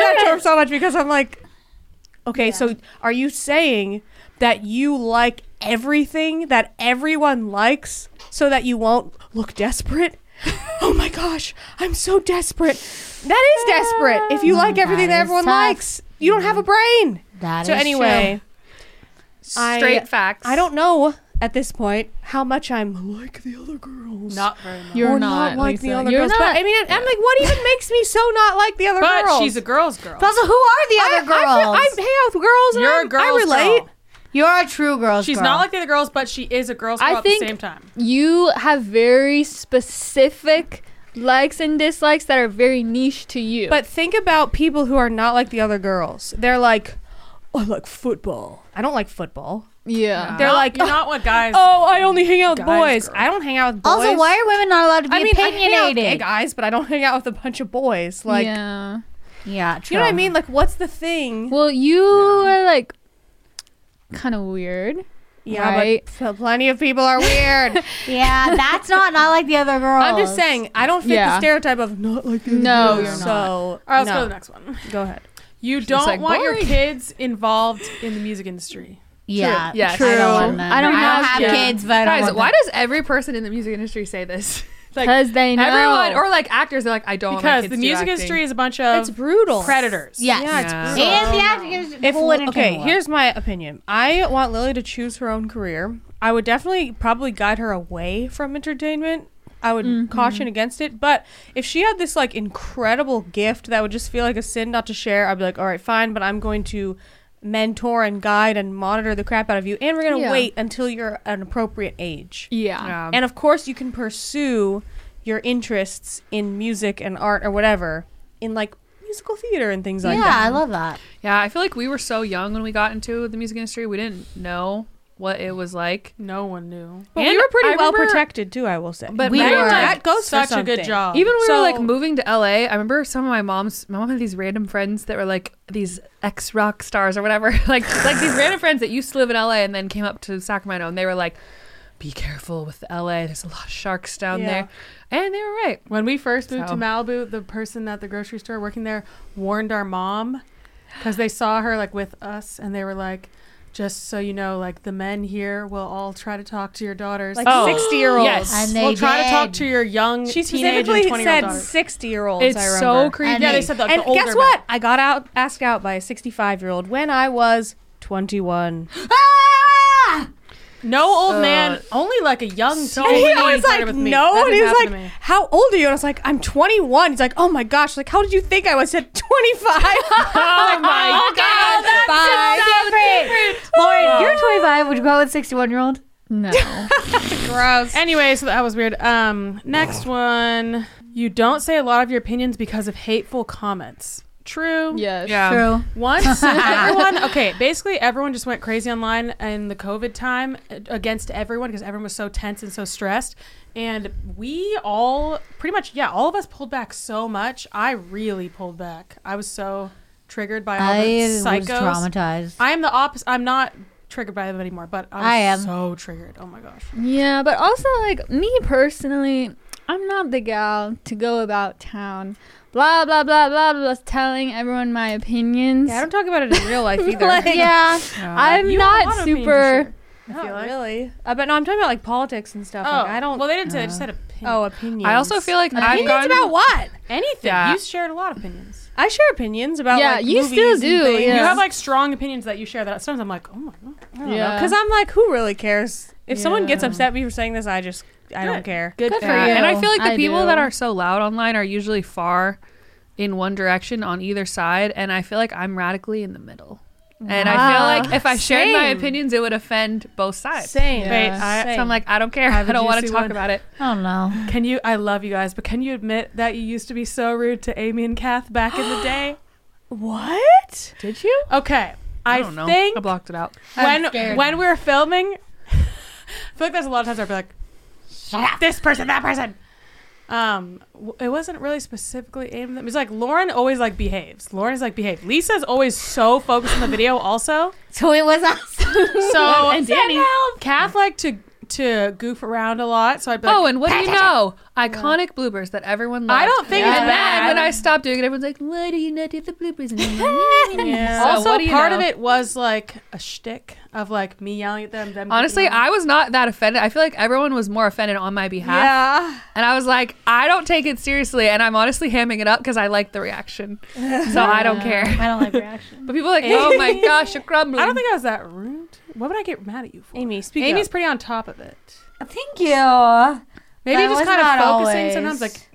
Speaker 5: that term so much because I'm like, okay, so are you saying that you like everything that everyone likes so that you won't look desperate? oh my gosh, I'm so desperate. That is desperate. If you like everything that,
Speaker 3: is
Speaker 5: everyone
Speaker 3: tough.
Speaker 5: likes, you don't have a brain.
Speaker 3: That
Speaker 5: so
Speaker 3: is
Speaker 5: anyway, I-
Speaker 2: Straight facts.
Speaker 5: I don't know at this point how much I'm like the other girls.
Speaker 1: Not very much.
Speaker 6: You're
Speaker 5: or
Speaker 6: not,
Speaker 5: like the
Speaker 6: Lisa.
Speaker 5: other
Speaker 6: You're
Speaker 5: girls.
Speaker 6: not.
Speaker 5: But I mean, I'm like, what even makes me so not like the other
Speaker 1: But
Speaker 5: girls?
Speaker 1: she's a girl's girl.
Speaker 3: Puzzle, who are the other girls?
Speaker 5: I, I hang out with girls. And
Speaker 1: You're a
Speaker 5: I'm-
Speaker 1: girl's
Speaker 5: I relate.
Speaker 1: girl.
Speaker 3: You're a true girl.
Speaker 1: She's not like the other girls, but she is a girl's girl
Speaker 6: I
Speaker 1: at
Speaker 6: think
Speaker 1: the same time.
Speaker 6: you have very specific likes and dislikes that are very niche to you.
Speaker 5: But think about people who are not like the other girls. They're like, I like football. I don't like football.
Speaker 6: yeah.
Speaker 5: They're
Speaker 1: Not-
Speaker 5: like,
Speaker 1: you're not what guys.
Speaker 5: Oh, I only hang out with
Speaker 1: Guys,
Speaker 5: boys.
Speaker 1: girl.
Speaker 5: I don't hang out with boys.
Speaker 3: Also, why are women not allowed to be
Speaker 5: I mean, I hang out with gay
Speaker 3: opinionated?
Speaker 5: guys, but I don't hang out with a bunch of boys. Like,
Speaker 6: yeah.
Speaker 3: yeah, true.
Speaker 5: you know what I mean? Like, what's the thing?
Speaker 6: Well, you are like kind of weird.
Speaker 5: yeah,
Speaker 6: right.
Speaker 5: but pl- plenty of people are weird.
Speaker 3: Yeah, that's not not like the other girls.
Speaker 5: I'm just saying, I don't fit
Speaker 6: Yeah.
Speaker 5: the stereotype of not like the other
Speaker 6: No,
Speaker 5: girls.
Speaker 6: you're not.
Speaker 5: So,
Speaker 1: All right, let's
Speaker 5: no.
Speaker 1: go to the next one.
Speaker 5: Go ahead.
Speaker 1: You don't
Speaker 2: like,
Speaker 1: want your
Speaker 2: boring.
Speaker 1: kids involved in the music industry.
Speaker 3: Yeah,
Speaker 2: Yes.
Speaker 3: I
Speaker 2: True.
Speaker 3: don't want them.
Speaker 6: I don't have kids.
Speaker 3: kids, but I
Speaker 2: Guys,
Speaker 3: don't want
Speaker 2: why
Speaker 3: them.
Speaker 2: does every person in the music industry say this? like
Speaker 6: Because they know.
Speaker 2: everyone or like actors, they're like, I don't want my
Speaker 1: Because
Speaker 2: kids
Speaker 1: the
Speaker 2: to do
Speaker 1: music
Speaker 2: acting.
Speaker 1: industry is a bunch of
Speaker 5: It's brutal.
Speaker 1: predators.
Speaker 3: Yes.
Speaker 5: Yeah, it's
Speaker 2: Yeah.
Speaker 5: brutal.
Speaker 3: And the acting is
Speaker 5: If
Speaker 3: full
Speaker 5: okay,
Speaker 3: entertainment.
Speaker 5: here's my opinion. I want Lily to choose her own career. I would definitely probably guide her away from entertainment. I would caution against it. But if she had this like incredible gift that would just feel like a sin not to share, I'd be like, all right, fine, but I'm going to mentor and guide and monitor the crap out of you, and we're gonna
Speaker 6: Yeah.
Speaker 5: wait until you're an appropriate age.
Speaker 6: yeah.
Speaker 2: Yeah.
Speaker 5: And of course, you can pursue your interests in music and art or whatever in like musical theater and things like
Speaker 3: yeah,
Speaker 5: that.
Speaker 3: I love that.
Speaker 2: yeah, I feel like we were so young when we got into the music industry. We didn't know what it was like.
Speaker 1: No one knew.
Speaker 5: But
Speaker 2: And
Speaker 5: we were pretty
Speaker 2: I
Speaker 5: well
Speaker 2: remember-
Speaker 5: protected too, I will say.
Speaker 2: But
Speaker 1: We
Speaker 2: we
Speaker 1: were
Speaker 2: were
Speaker 5: that goes for
Speaker 1: such a good
Speaker 5: something.
Speaker 1: job.
Speaker 2: Even when we were like
Speaker 5: Um, So-
Speaker 2: moving to LA, I remember some of my mom's my mom had these random friends that were like these ex rock stars or whatever, like like these random friends that used to live in LA and then came up to Sacramento and they were like, "Be careful with LA. There's a lot of sharks down
Speaker 5: Yeah.
Speaker 2: there," and they were right.
Speaker 1: When we first moved
Speaker 2: So-
Speaker 1: to Malibu, the person at the grocery store working there warned our mom because they saw her like with us, and they were like, "Just so you know, like the men here will all try to talk to your daughters.
Speaker 5: like
Speaker 2: Oh.
Speaker 5: sixty year olds.
Speaker 2: Yes.
Speaker 3: And they
Speaker 1: will try to talk
Speaker 3: did.
Speaker 1: to your young
Speaker 5: She
Speaker 1: teenage and
Speaker 5: specifically
Speaker 1: twenty year old
Speaker 5: said
Speaker 1: daughters."
Speaker 5: sixty year olds. I
Speaker 2: It's so
Speaker 5: remember.
Speaker 2: creepy.
Speaker 3: And
Speaker 1: Yeah, they said like,
Speaker 5: and
Speaker 1: the older
Speaker 5: guess what? I got out asked out by a sixty five year old when I was twenty one.
Speaker 3: Ah!
Speaker 1: men. No old
Speaker 2: Uh,
Speaker 1: man, only like a young.
Speaker 2: so
Speaker 1: teenage
Speaker 5: And he
Speaker 1: man
Speaker 5: always
Speaker 1: started
Speaker 5: like
Speaker 1: with me.
Speaker 5: no,
Speaker 1: That
Speaker 5: and
Speaker 1: didn't
Speaker 5: he was
Speaker 1: happen to
Speaker 5: like,
Speaker 1: me.
Speaker 5: "How old are you?" And I was like, "I'm 21." He's like, "Oh my gosh!" Like, how did you think I was at 25?
Speaker 2: Oh my god.
Speaker 3: Bye. Lauren, you're 25. Would you go out with 61 year old?
Speaker 6: No.
Speaker 5: Gross.
Speaker 1: Anyway, so that was weird. Um, next one. You don't say a lot of your opinions because of hateful comments. True.
Speaker 6: yes.
Speaker 2: Yeah.
Speaker 3: True.
Speaker 1: Once everyone, okay, basically everyone just went crazy online in the COVID time uh, against everyone because everyone was so tense and so stressed. And we all, pretty much, yeah, all of us pulled back so much. I really pulled back. I was so triggered by all
Speaker 3: I
Speaker 1: the
Speaker 3: was
Speaker 1: psychos.
Speaker 3: traumatized.
Speaker 1: I am the opposite. I'm not triggered by them anymore, but I, was
Speaker 3: I am.
Speaker 1: so triggered. Oh my gosh.
Speaker 6: Yeah, but also like me personally, I'm not the gal to go about town, blah blah blah blah blah, telling everyone my opinions.
Speaker 5: Yeah, I don't talk about it in real life either.
Speaker 6: Like, yeah, I'm
Speaker 1: You have a lot
Speaker 6: not
Speaker 1: of opinions to
Speaker 6: super.
Speaker 5: Not
Speaker 1: feel like.
Speaker 5: really. Uh, but no, I'm talking about like politics and stuff.
Speaker 1: Oh,
Speaker 5: Like, I don't.
Speaker 1: Well, they didn't say. They just said opinions.
Speaker 5: oh, opinions.
Speaker 2: I also feel like I've
Speaker 5: opinions
Speaker 2: gotten
Speaker 5: about what?
Speaker 1: anything.
Speaker 2: Yeah.
Speaker 1: You shared a lot of opinions.
Speaker 5: I share opinions about.
Speaker 6: Yeah,
Speaker 5: like,
Speaker 6: you
Speaker 5: movies
Speaker 6: still
Speaker 5: and
Speaker 6: do,
Speaker 5: things.
Speaker 6: yeah.
Speaker 1: You have like strong opinions that you share. That sometimes I'm like, oh my god,
Speaker 6: Yeah.
Speaker 5: Because I'm like, who really cares? If someone gets
Speaker 6: Yeah.
Speaker 5: upset at me for saying this, I just I
Speaker 1: Good.
Speaker 5: don't care.
Speaker 1: good,
Speaker 6: for
Speaker 2: Yeah,
Speaker 6: you.
Speaker 2: And I feel like the
Speaker 6: I
Speaker 2: people
Speaker 6: do.
Speaker 2: that are so loud online are usually far in one direction on either side, and I feel like I'm radically in the middle. And I
Speaker 6: Wow.
Speaker 2: feel like if I shared my
Speaker 5: Same.
Speaker 2: opinions, it would offend both sides.
Speaker 5: Same.
Speaker 2: Right?
Speaker 6: Yeah.
Speaker 2: I, so
Speaker 5: Same.
Speaker 2: I'm like, I don't care. I,
Speaker 1: have a
Speaker 2: don't want to
Speaker 1: juicy
Speaker 2: talk
Speaker 1: one.
Speaker 2: about it.
Speaker 6: I don't know.
Speaker 1: Can you? I love you guys, but can you admit that you used to be so rude to Amy and Kath back in the day?
Speaker 5: What?
Speaker 2: Did you?
Speaker 1: Okay, I,
Speaker 2: I don't know.
Speaker 1: think
Speaker 2: I blocked it out.
Speaker 1: when when we were filming, I feel like there's a lot of times I'd be like, "Shut up, this person, that person." Um, w- it wasn't really specifically aimed at them. It's like Lauren always like behaves. Lauren's like behave. Lisa's always so focused on the video, also.
Speaker 3: So it was us.
Speaker 1: So and Danny, Kath like to to goof around a lot. So I'd be like,
Speaker 2: oh, and what do you know? Iconic bloopers that everyone loves.
Speaker 1: I don't think
Speaker 2: And
Speaker 1: it's
Speaker 2: then
Speaker 1: bad.
Speaker 2: when I stopped doing it, everyone's like, why do you not do the bloopers anymore?
Speaker 1: Yeah.
Speaker 2: So
Speaker 1: also,
Speaker 2: what do you
Speaker 1: part
Speaker 2: know?
Speaker 1: of it was like a shtick of like me yelling at them. them
Speaker 2: Honestly,
Speaker 1: kicking me.
Speaker 2: I was not that offended. I feel like everyone was more offended on my behalf.
Speaker 5: Yeah.
Speaker 2: And I was like, I don't take it seriously. And I'm honestly hamming it up because I like the reaction. So I don't care.
Speaker 3: I don't like reaction.
Speaker 2: But people are like, oh my gosh, you're crumbling.
Speaker 1: I don't think I was that rude. What would I get mad at you for?
Speaker 5: Amy, speak
Speaker 1: Amy's
Speaker 5: up.
Speaker 1: pretty on top of it.
Speaker 3: Thank you.
Speaker 1: Maybe
Speaker 3: That
Speaker 1: just
Speaker 3: was
Speaker 1: kind of
Speaker 3: not
Speaker 1: focusing
Speaker 3: always.
Speaker 1: sometimes. Like,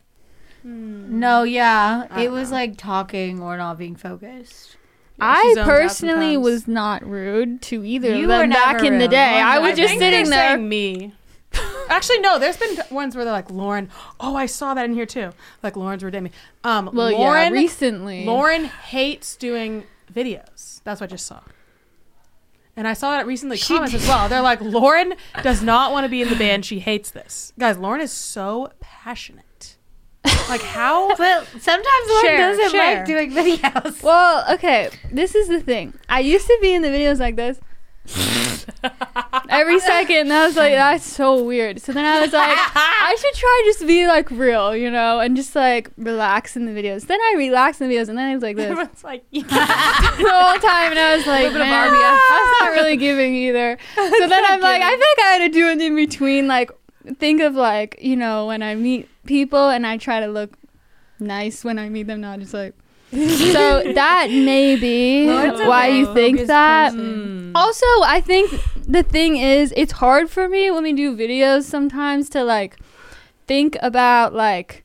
Speaker 5: Hmm.
Speaker 3: No, yeah,
Speaker 1: I
Speaker 3: it
Speaker 1: don't
Speaker 3: was
Speaker 1: know.
Speaker 3: like talking or not being focused.
Speaker 1: she
Speaker 6: I
Speaker 1: zoned out
Speaker 6: personally
Speaker 1: sometimes.
Speaker 6: was not rude to either
Speaker 3: You
Speaker 6: of
Speaker 3: were
Speaker 6: them
Speaker 3: never
Speaker 6: back in the
Speaker 3: rude,
Speaker 6: day.
Speaker 3: weren't
Speaker 6: I
Speaker 3: you?
Speaker 6: was
Speaker 3: I
Speaker 6: just
Speaker 1: think
Speaker 6: sitting
Speaker 1: they're
Speaker 6: there.
Speaker 1: saying me. Actually, no. There's been ones where they're like Lauren. Oh, I saw that in here too. Like Lauren's redeeming. Um,
Speaker 6: Well, yeah,
Speaker 1: Lauren.
Speaker 6: recently.
Speaker 1: Lauren hates doing videos. That's what I just saw. And I saw it recently comments as well. They're like, Lauren does not want to be in the band. She hates this. Guys, Lauren is so passionate. Like how
Speaker 3: But sometimes one
Speaker 5: Share,
Speaker 3: doesn't
Speaker 5: share.
Speaker 3: like doing videos.
Speaker 6: Well, okay, this is the thing. I used to be in the videos like this. Every second, and I was like, that's so weird. So then I was like, I should try just to be like real, you know, and just like relax in the videos. Then I relaxed in the videos, and then I was like this the
Speaker 5: Everyone's like, you
Speaker 6: whole time, and I was like,
Speaker 2: bit of
Speaker 6: man,
Speaker 2: RBF.
Speaker 6: that's not really giving either. So then I'm like, I feel like I had to do an in between, like think of like you know when I meet people, and I try to look nice when I meet them, not just like. so that may be
Speaker 3: Lauren's a
Speaker 6: why
Speaker 3: very
Speaker 6: you think
Speaker 3: focused
Speaker 6: that.
Speaker 3: person.
Speaker 5: Hmm.
Speaker 6: Also, I think the thing is, it's hard for me when we do videos sometimes to like think about like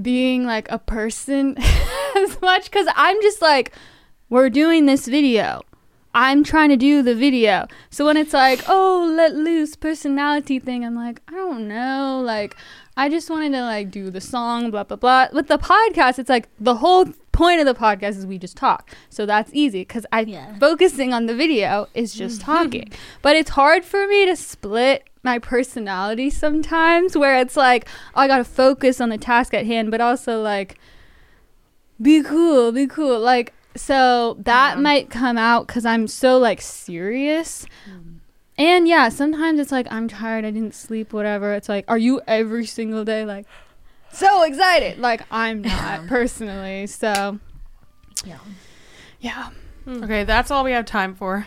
Speaker 6: being like a person as much because I'm just like, we're doing this video. I'm trying to do the video. So when it's like, oh, let loose personality thing, I'm like, I don't know. Like, I just wanted to like do the song, blah, blah, blah. With the podcast, it's like the whole point of the podcast is we just talk. So that's easy because I
Speaker 3: Yeah.
Speaker 6: focusing on the video is just talking. But it's hard for me to split my personality sometimes where it's like, I gotta focus on the task at hand, but also like, be cool, be cool. Like, so that might come out because I'm so like serious. And yeah, sometimes it's like, I'm tired, I didn't sleep, whatever. It's like, are you every single day like so excited? Like, I'm not personally. So,
Speaker 3: Yeah.
Speaker 6: yeah.
Speaker 1: Mm. Okay, that's all we have time for.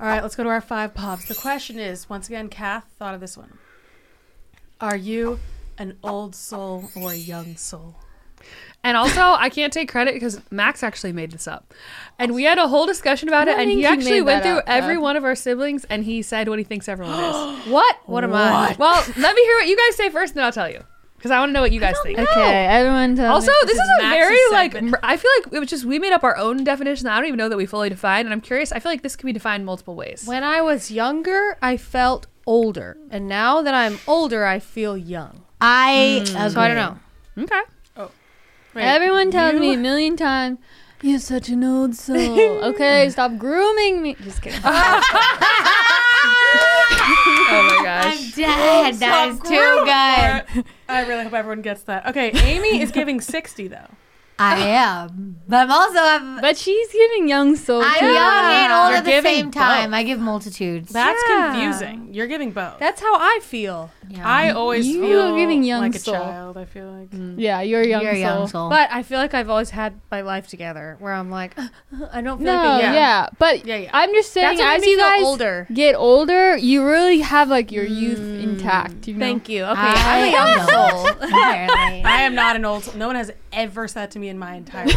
Speaker 1: All right, let's go to our five pops. The question is, once again, Kath thought of this one. Are you an old soul or a young soul?
Speaker 2: And also, I can't take credit because Max actually made this up. And we had a whole discussion about it.
Speaker 6: don't
Speaker 2: And
Speaker 6: think
Speaker 2: he
Speaker 6: he
Speaker 2: actually
Speaker 6: made
Speaker 2: went
Speaker 6: that
Speaker 2: through
Speaker 6: up, though.
Speaker 2: every one of our siblings and he said what he thinks everyone is.
Speaker 6: What?
Speaker 2: What am I? Well, let me hear what you guys say first and then I'll tell you. Because I want to know what you guys think.
Speaker 6: Okay, everyone tell
Speaker 2: Also,
Speaker 6: me.
Speaker 2: this, is, a
Speaker 1: Max's
Speaker 2: very like
Speaker 1: segment.
Speaker 2: m- I feel like it was just we made up our own definition that I don't even know that we fully defined, and I'm curious. I feel like this can be defined multiple ways.
Speaker 5: When I was younger, I felt older, and now that I'm older, I feel young.
Speaker 3: I
Speaker 5: So I don't know.
Speaker 2: Okay.
Speaker 6: everyone tells me a million times, "You're such an old soul." okay, stop grooming me. Just kidding.
Speaker 2: Oh my
Speaker 3: Ah, I'm
Speaker 2: gosh.
Speaker 3: dead. That is too good.
Speaker 1: I really hope everyone gets that. Okay, Amy is giving 60 though.
Speaker 3: I am, but I'm also I'm,
Speaker 6: but she's giving young soul.
Speaker 3: I'm
Speaker 6: too.
Speaker 3: young and old one
Speaker 1: You're
Speaker 3: at the
Speaker 1: giving
Speaker 3: same time.
Speaker 1: both.
Speaker 3: I give multitudes.
Speaker 1: That's
Speaker 6: Yeah.
Speaker 1: confusing. You're giving both.
Speaker 5: That's how I feel.
Speaker 3: Yeah.
Speaker 1: I always
Speaker 6: You
Speaker 1: feel
Speaker 6: are giving young
Speaker 1: like a
Speaker 6: soul. Mm.
Speaker 1: child. I feel like
Speaker 6: Yeah, you're a young
Speaker 3: You're a young
Speaker 6: soul.
Speaker 3: soul.
Speaker 5: But I feel like I've always had my life together where I'm like, I don't feel
Speaker 6: No,
Speaker 5: like a
Speaker 6: yeah.
Speaker 5: young.
Speaker 6: but
Speaker 1: Yeah, yeah.
Speaker 6: I'm just saying,
Speaker 5: That's what made
Speaker 6: as
Speaker 5: me
Speaker 6: you
Speaker 5: feel
Speaker 6: guys
Speaker 5: older.
Speaker 6: get older, you really have like your youth intact. You know?
Speaker 5: Thank you. Okay.
Speaker 3: I
Speaker 5: I'm a
Speaker 3: am
Speaker 5: young soul.
Speaker 3: old, apparently.
Speaker 1: I am not an old. soul. No one has ever said that to me in my entire life.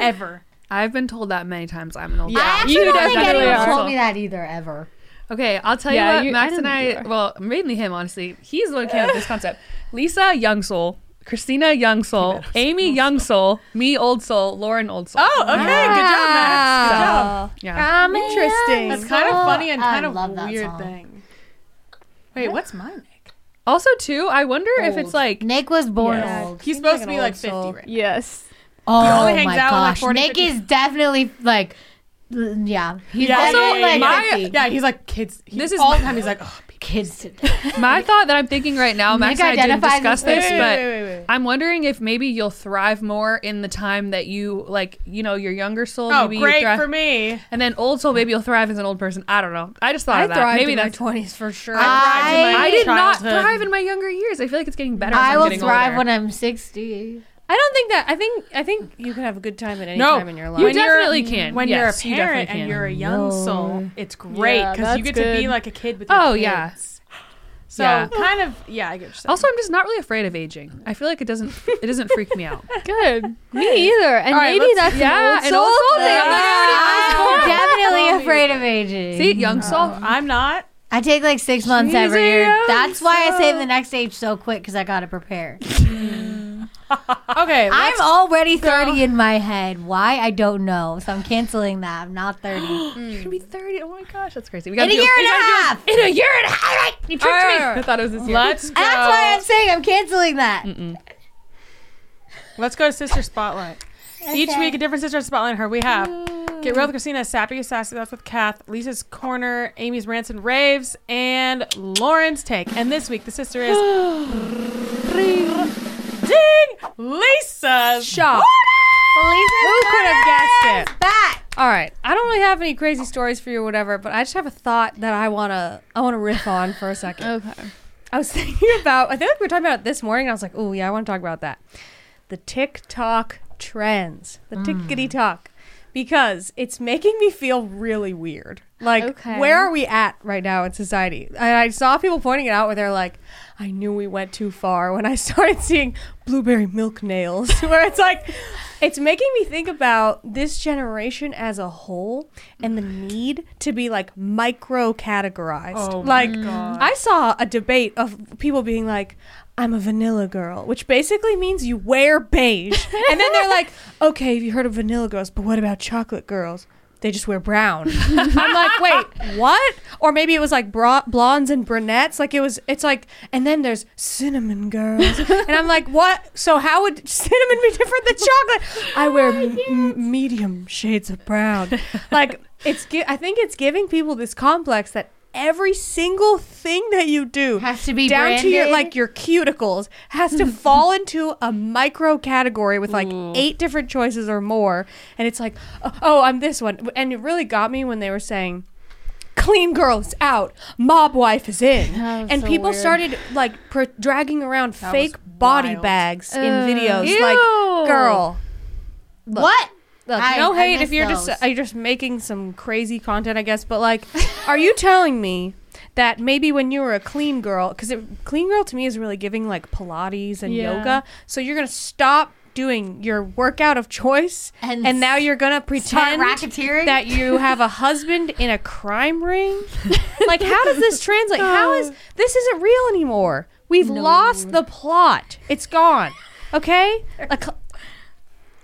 Speaker 1: ever.
Speaker 2: I've been told that many times. I'm an old.
Speaker 6: Yeah.
Speaker 2: Yeah.
Speaker 3: I actually
Speaker 6: You
Speaker 3: don't think
Speaker 6: definitely
Speaker 3: anyone
Speaker 6: are.
Speaker 3: told me that either ever.
Speaker 2: Okay, I'll tell
Speaker 6: Yeah,
Speaker 2: you what.
Speaker 6: you- I
Speaker 2: Max
Speaker 6: don't
Speaker 2: and
Speaker 6: think you
Speaker 2: I.
Speaker 6: are.
Speaker 2: Well, mainly him. Honestly, he's the one who came up with this concept. Lisa, young soul. Christina, young soul. Amy, young soul. Me, old soul. Lauren, old soul.
Speaker 1: Oh, okay. Good job, Max. Good job.
Speaker 2: yeah.
Speaker 5: I'm interesting.
Speaker 1: That's kind of funny and
Speaker 3: I
Speaker 1: kind
Speaker 3: love that
Speaker 1: of weird
Speaker 3: song.
Speaker 1: thing. Wait, what's my nick?
Speaker 2: Also, too, I wonder if
Speaker 3: Old.
Speaker 2: it's like
Speaker 3: Nick was born
Speaker 6: Yes.
Speaker 3: old.
Speaker 1: He's
Speaker 5: Seems
Speaker 1: supposed to
Speaker 5: like an
Speaker 1: be
Speaker 5: old
Speaker 1: like 50
Speaker 5: soul.
Speaker 1: right now.
Speaker 6: Yes.
Speaker 3: Oh
Speaker 1: only hangs
Speaker 3: my
Speaker 1: out with, like,
Speaker 3: gosh,
Speaker 1: 40,
Speaker 3: Nick
Speaker 1: 50.
Speaker 3: is definitely like, l- yeah, he's
Speaker 1: Yeah,
Speaker 3: definitely
Speaker 1: yeah, yeah,
Speaker 3: like
Speaker 1: yeah.
Speaker 3: 50.
Speaker 1: yeah, he's like kids. He,
Speaker 2: This is
Speaker 1: all
Speaker 2: my-
Speaker 1: the time. He's like, oh,
Speaker 3: kids today.
Speaker 2: my thought that I'm thinking right now. Max
Speaker 3: Nick
Speaker 2: and I didn't
Speaker 3: identifies
Speaker 2: discuss
Speaker 3: as Wait,
Speaker 2: this,
Speaker 5: wait,
Speaker 2: but
Speaker 5: wait, wait, wait, wait.
Speaker 2: I'm wondering if maybe you'll thrive more in the time that you like. You know, your younger soul.
Speaker 1: oh,
Speaker 2: maybe you
Speaker 1: great
Speaker 2: thrive-
Speaker 1: for me.
Speaker 2: And then old soul, maybe you'll thrive as an old person. I don't know. I just thought
Speaker 5: I
Speaker 2: of that.
Speaker 5: thrived
Speaker 2: Maybe
Speaker 5: in
Speaker 2: that's
Speaker 5: my 20s for sure.
Speaker 1: I thrived in my
Speaker 2: I did
Speaker 1: childhood.
Speaker 2: not thrive in my younger years. I feel like it's getting better.
Speaker 3: I
Speaker 2: as I'm
Speaker 3: will
Speaker 2: getting
Speaker 3: thrive
Speaker 2: older.
Speaker 3: when I'm 60.
Speaker 5: I don't think that. I think I think you can have a good time at any
Speaker 1: No,
Speaker 5: time in your life.
Speaker 2: you
Speaker 1: When you're-
Speaker 2: definitely can.
Speaker 1: When
Speaker 2: Yes, you
Speaker 1: you're a parent and
Speaker 2: definitely can.
Speaker 1: you're a young soul, it's great
Speaker 6: Yeah,
Speaker 1: because you
Speaker 6: that's
Speaker 1: get to be
Speaker 6: good.
Speaker 1: like a kid with your
Speaker 2: Oh,
Speaker 1: kids.
Speaker 2: yeah.
Speaker 1: So
Speaker 2: Yeah.
Speaker 1: kind of yeah, I get what you're saying.
Speaker 2: Also, I'm just not really afraid of aging. I feel like it doesn't it doesn't freak me out.
Speaker 6: Good. me either. And
Speaker 1: All right,
Speaker 6: maybe
Speaker 1: let's-
Speaker 6: that's
Speaker 2: yeah,
Speaker 6: an
Speaker 2: an
Speaker 6: old
Speaker 2: old
Speaker 6: soul
Speaker 2: soul
Speaker 6: thing.
Speaker 2: thing.
Speaker 3: Ah! I'm definitely afraid of aging.
Speaker 2: See, young soul.
Speaker 1: I'm not.
Speaker 3: I take like six months
Speaker 2: She's
Speaker 3: every
Speaker 2: a
Speaker 3: year.
Speaker 2: young
Speaker 3: That's why I save the next age so quick because I got to prepare.
Speaker 1: Okay,
Speaker 3: I'm already 30 in my head. Why? I don't know. So I'm canceling that. I'm not 30.
Speaker 2: You're gonna be 30. Oh my gosh, that's crazy. We
Speaker 3: in
Speaker 2: got
Speaker 3: a year and a half.
Speaker 2: In a year and a half. You tricked me. I thought it was this year.
Speaker 1: let's go.
Speaker 3: And that's why I'm saying I'm canceling that.
Speaker 1: Let's go to Sister Spotlight. Each week, a different Sister Spotlight. Her we have Get Real with Christina, Sappy Sassy. That's with Kath, Lisa's Corner, Amy's Rants and Raves, and Lauren's Take. And this week, the sister is Ding Lisa's Shop. Who could have guessed it?
Speaker 3: Back.
Speaker 5: All right. I don't really have any crazy stories for you or whatever, but I just have a thought that I wanna I wanna riff on for a second.
Speaker 6: Okay.
Speaker 5: I was thinking about I think we were talking about it this morning and I was like, oh yeah, I want to talk about that. The TikTok trends. The tickety talk. Because it's making me feel really weird. Like
Speaker 6: Okay.
Speaker 5: where are we at right now in society? And I saw people pointing it out where they're like, I knew we went too far when I started seeing blueberry milk nails where it's like it's making me think about this generation as a whole and the need to be like micro categorized.
Speaker 1: Oh my
Speaker 5: like
Speaker 1: God.
Speaker 5: I saw a debate of people being like, I'm a vanilla girl, which basically means you wear beige. and then they're like, okay, have you heard of vanilla girls? But what about chocolate girls? They just wear brown. I'm like, wait, what? Or maybe it was like bra- blondes and brunettes. Like it was, it's like, and then there's cinnamon girls. and I'm like, what? So how would cinnamon be different than chocolate? I wear m- m- medium shades of brown. Like it's, gi- I think it's giving people this complex that every single thing that you do
Speaker 3: Has to be
Speaker 5: down to your
Speaker 3: branded.
Speaker 5: like your cuticles has to fall into a micro category with like eight different choices or more and it's like oh, oh i'm this one and it really got me when they were saying clean girls out mob wife is in
Speaker 6: That was
Speaker 5: and
Speaker 6: so
Speaker 5: people
Speaker 6: weird.
Speaker 5: started like pr- dragging around fake body
Speaker 1: wild.
Speaker 5: bags in
Speaker 6: Ugh.
Speaker 5: videos like girl
Speaker 3: What?
Speaker 5: Look,
Speaker 3: I-
Speaker 5: no
Speaker 3: I
Speaker 5: hate
Speaker 3: miss
Speaker 5: if you're
Speaker 3: those.
Speaker 5: just uh, you're just making some crazy content, I guess. But like, are you telling me that maybe when you were a clean girl, because clean girl to me is really giving like Pilates and
Speaker 6: Yeah.
Speaker 5: yoga, so you're gonna stop doing your workout of choice,
Speaker 3: And
Speaker 5: and, now you're gonna
Speaker 3: Start
Speaker 5: pretend
Speaker 3: racketeering?
Speaker 5: that you have a husband in a crime ring? like, how does this translate? How is this isn't real anymore? We've lost the plot. It's gone. Okay. A cl-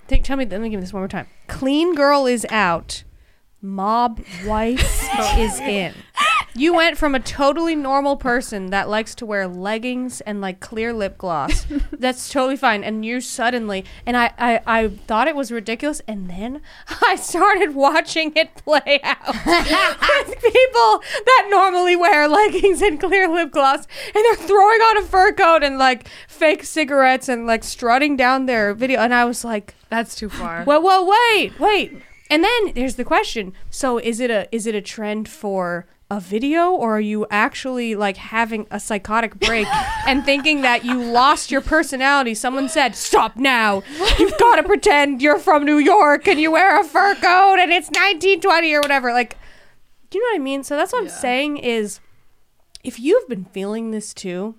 Speaker 5: think, tell me. Let me give this one more time. Clean girl is out. Mob wife is in. You went from a totally normal person that likes to wear leggings and like clear lip gloss. That's totally fine. And you suddenly, and I, I, I thought it was ridiculous. And then I started watching it play out with people that normally wear leggings and clear lip gloss. And they're throwing on a fur coat and like fake cigarettes and like strutting down their video. And I was like,
Speaker 2: That's too far.
Speaker 5: Whoa, whoa, wait, wait. And then there's the question: So is it a is it a trend for a video, or are you actually like having a psychotic break and thinking that you lost your personality? Someone said, "Stop now! You've got to pretend you're from New York and you wear a fur coat and it's 1920 or whatever." Like, do you know what I mean? So that's what I'm saying is, if you've been feeling this too,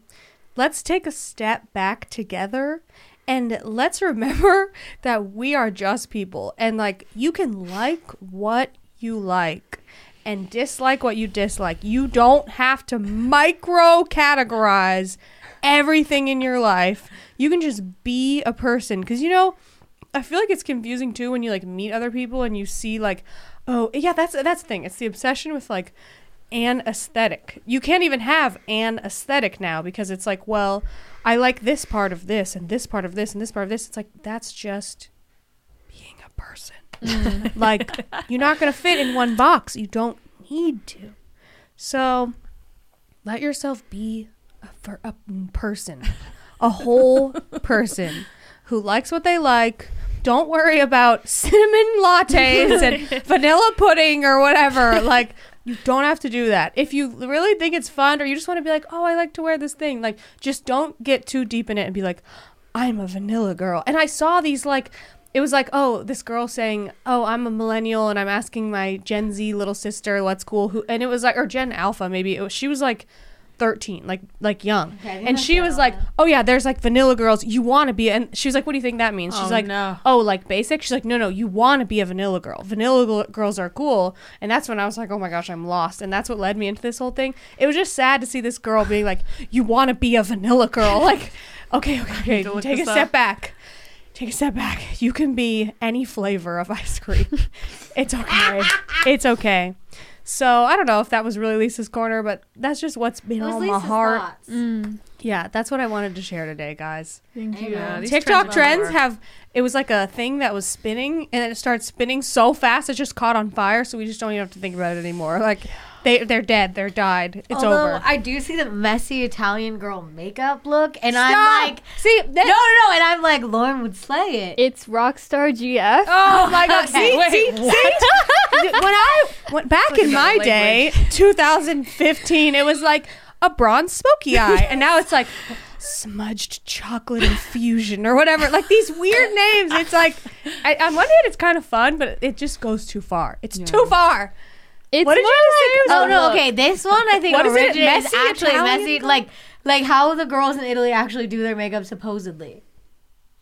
Speaker 5: let's take a step back together and let's remember that we are just people and like you can like what you like and dislike what you dislike. You don't have to micro categorize everything in your life. You can just be a person cuz you know I feel like it's confusing too when you like meet other people and you see like, oh yeah, that's that's the thing. It's the obsession with like an aesthetic. You can't even have an aesthetic now because it's like, well, I like this part of this and this part of this and this part of this. It's like that's just being a person. like you're not gonna fit in one box. You don't need to. So let yourself be a, for a person, a whole person who likes what they like. Don't worry about cinnamon lattes and vanilla pudding or whatever. Like, you don't have to do that. If you really think it's fun or you just want to be like, oh, I like to wear this thing, like, just don't get too deep in it and be like, I'm a vanilla girl. And I saw these, like, it was like, oh, this girl saying, oh, I'm a millennial and I'm asking my Gen Z little sister what's cool. Who, and it was like, or Gen Alpha, maybe. It was, she was like, 13 like like young and she was like oh yeah there's like vanilla girls you want to be and she was like what do you think that means she's
Speaker 1: Oh,
Speaker 5: like
Speaker 1: no.
Speaker 5: oh like basic she's like no no you want to be a vanilla girl vanilla g- girls are cool and that's when i was like oh my gosh i'm lost and that's what led me into this whole thing it was just sad to see this girl being like you want to be a vanilla girl like okay okay
Speaker 1: to
Speaker 5: okay
Speaker 1: look
Speaker 5: take a
Speaker 1: this
Speaker 5: step
Speaker 1: up.
Speaker 5: back take a step back you can be any flavor of ice cream it's okay it's okay so I don't know if that was really Lisa's corner, but that's just what's been
Speaker 3: It
Speaker 5: on
Speaker 3: was Oh, Lisa's
Speaker 5: my heart. mm,
Speaker 3: thoughts.
Speaker 5: Yeah, that's what I wanted to share today, guys.
Speaker 2: Thank you. Yeah, these
Speaker 5: TikTok trends,
Speaker 2: are-
Speaker 5: have it was like a thing that was spinning and then it started spinning so fast it just caught on fire, so we just don't even have to think about it anymore. Like they they're dead, they're died. It's
Speaker 3: Although
Speaker 5: over.
Speaker 3: I do see the messy Italian girl makeup look, and
Speaker 5: Stop!
Speaker 3: I'm like,
Speaker 5: see
Speaker 3: no,
Speaker 5: that,
Speaker 3: no, no, and I'm like, Lauren would slay it.
Speaker 6: It's Rockstar GF.
Speaker 5: Oh my god.
Speaker 3: Okay,
Speaker 5: see,
Speaker 3: wait,
Speaker 5: see, see? when I went back in my day, 2015, it was like a bronze smoky eye. And now it's like smudged chocolate infusion or whatever. Like these weird names. It's like, I, on one hand, it's kind of fun, but it just goes too far. It's too far.
Speaker 6: It's
Speaker 5: What did
Speaker 6: more
Speaker 5: you just say?
Speaker 6: like-
Speaker 3: Oh no,
Speaker 6: look.
Speaker 3: okay, this one I think
Speaker 5: What is it?
Speaker 3: originated is
Speaker 5: Messy
Speaker 3: actually
Speaker 5: Italian
Speaker 3: messy,
Speaker 5: girl?
Speaker 3: like like how the girls in Italy actually do their makeup supposedly.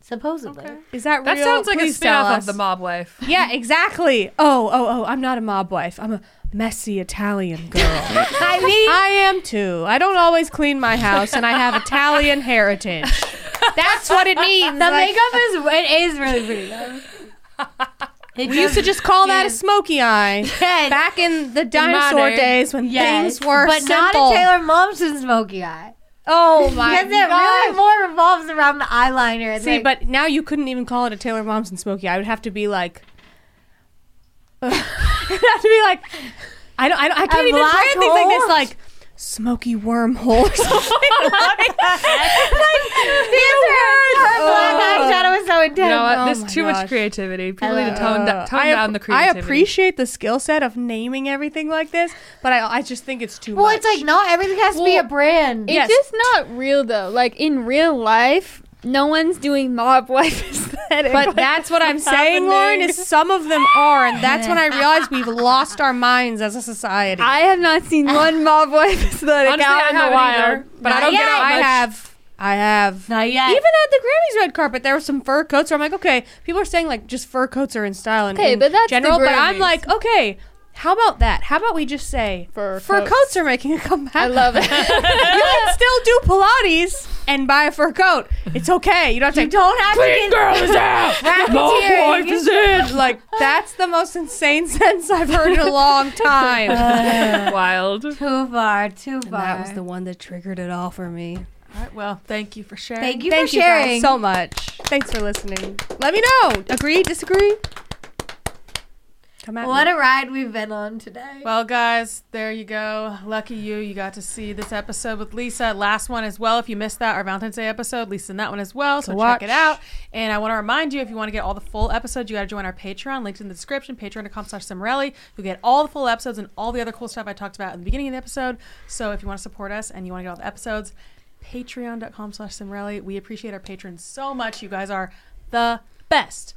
Speaker 3: Supposedly.
Speaker 5: Is that
Speaker 2: That
Speaker 5: real?
Speaker 2: sounds like
Speaker 5: Please
Speaker 2: a
Speaker 5: tell
Speaker 2: spinoff
Speaker 5: us.
Speaker 2: of the mob wife.
Speaker 5: Yeah, exactly. Oh, oh, oh, I'm not a mob wife. I'm a messy Italian girl.
Speaker 3: I mean,
Speaker 5: I am too. I don't always clean my house, and I have Italian heritage. That's what it means.
Speaker 3: the
Speaker 5: Like,
Speaker 3: makeup is it is really pretty. though. It
Speaker 5: we used to just call that a smoky eye
Speaker 3: Yes.
Speaker 5: back in the dinosaur
Speaker 2: modern-
Speaker 5: days when
Speaker 3: Yes,
Speaker 5: things were
Speaker 3: but
Speaker 5: simple.
Speaker 3: not a Taylor Momsen smoky eye.
Speaker 5: oh my
Speaker 3: Because
Speaker 5: god!
Speaker 3: it really more revolves around the eyeliner. and,
Speaker 5: See,
Speaker 3: like,
Speaker 5: but now you couldn't even call it a Taylor Momsen smoky. I would have to be like, I'd have to be like, I don't, I, don't, I can't even
Speaker 3: black
Speaker 5: brand things like this.
Speaker 3: hole?
Speaker 5: Like smoky wormhole or something. like,
Speaker 3: her black eyeshadow is so intense.
Speaker 2: You know what?
Speaker 5: Oh my
Speaker 2: There's too
Speaker 5: gosh.
Speaker 2: much creativity. People need to
Speaker 5: Uh,
Speaker 2: tone, da- tone
Speaker 5: I
Speaker 2: down
Speaker 5: app-
Speaker 2: the creativity.
Speaker 5: I appreciate the skill set of naming everything like this, but I, I just think it's too
Speaker 3: well,
Speaker 5: much.
Speaker 3: it's like not everything has to be a
Speaker 6: Well,
Speaker 3: brand.
Speaker 6: It's
Speaker 5: Yes.
Speaker 6: just not real though. Like in real life, no one's doing mob wife aesthetic.
Speaker 5: but that's what I'm saying, Lauren, is some of them are, and that's when I realized we've lost our minds as a society.
Speaker 6: I have not seen one mob wife aesthetic
Speaker 2: Honestly,
Speaker 6: out
Speaker 2: I
Speaker 6: in the
Speaker 2: haven't
Speaker 6: wild.
Speaker 2: either, but I don't get
Speaker 5: Yeah,
Speaker 2: out
Speaker 5: I
Speaker 2: much.
Speaker 5: have. I have.
Speaker 3: not yet.
Speaker 5: Even at the Grammys red carpet, there were some fur coats. Where I'm like, okay, people are saying like just fur coats are in style and
Speaker 6: Okay,
Speaker 5: in
Speaker 6: but that's the
Speaker 5: general. But I'm
Speaker 6: Grammys.
Speaker 5: like, okay, how about that? How about we just say
Speaker 6: Fur
Speaker 5: fur
Speaker 6: coats.
Speaker 5: coats are making a comeback?
Speaker 6: I love it.
Speaker 5: you can still do Pilates and buy a fur coat. It's okay. You don't have to.
Speaker 3: you don't have to get
Speaker 5: Mob wife is in. Like that's the most insane sentence I've heard in a long time.
Speaker 2: Wild.
Speaker 3: too far, too far.
Speaker 5: that was the one that triggered it all for me.
Speaker 1: All right. Well, thank you for sharing.
Speaker 3: Thank you
Speaker 5: Thank
Speaker 3: for
Speaker 5: you
Speaker 3: sharing.
Speaker 5: guys so much. Thanks for listening. Let me know. Agree? Disagree? Come at
Speaker 3: What
Speaker 5: me.
Speaker 3: a ride we've been on today.
Speaker 1: Well, guys, there you go. Lucky you. You got to see this episode with Lisa. Last one as well. If you missed that, our Valentine's Day episode, Lisa in that one as well. So
Speaker 5: watch.
Speaker 1: check it out. And I want to remind you, if you want to get all the full episodes, you got to join our Patreon. Linked in the description, patreon.com slash Cimarelli. You'll get all the full episodes and all the other cool stuff I talked about in the beginning of the episode. So if you want to support us and you want to get all the episodes, patreon.com slash Cimarelli. We appreciate our patrons so much. You guys are the best.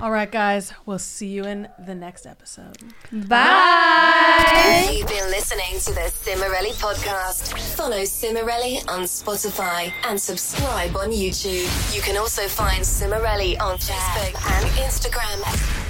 Speaker 1: All right, guys. We'll see you in the next episode.
Speaker 4: You've been listening to the Cimarelli podcast. Follow Cimarelli on Spotify and subscribe on YouTube. You can also find Cimarelli on Facebook and Instagram.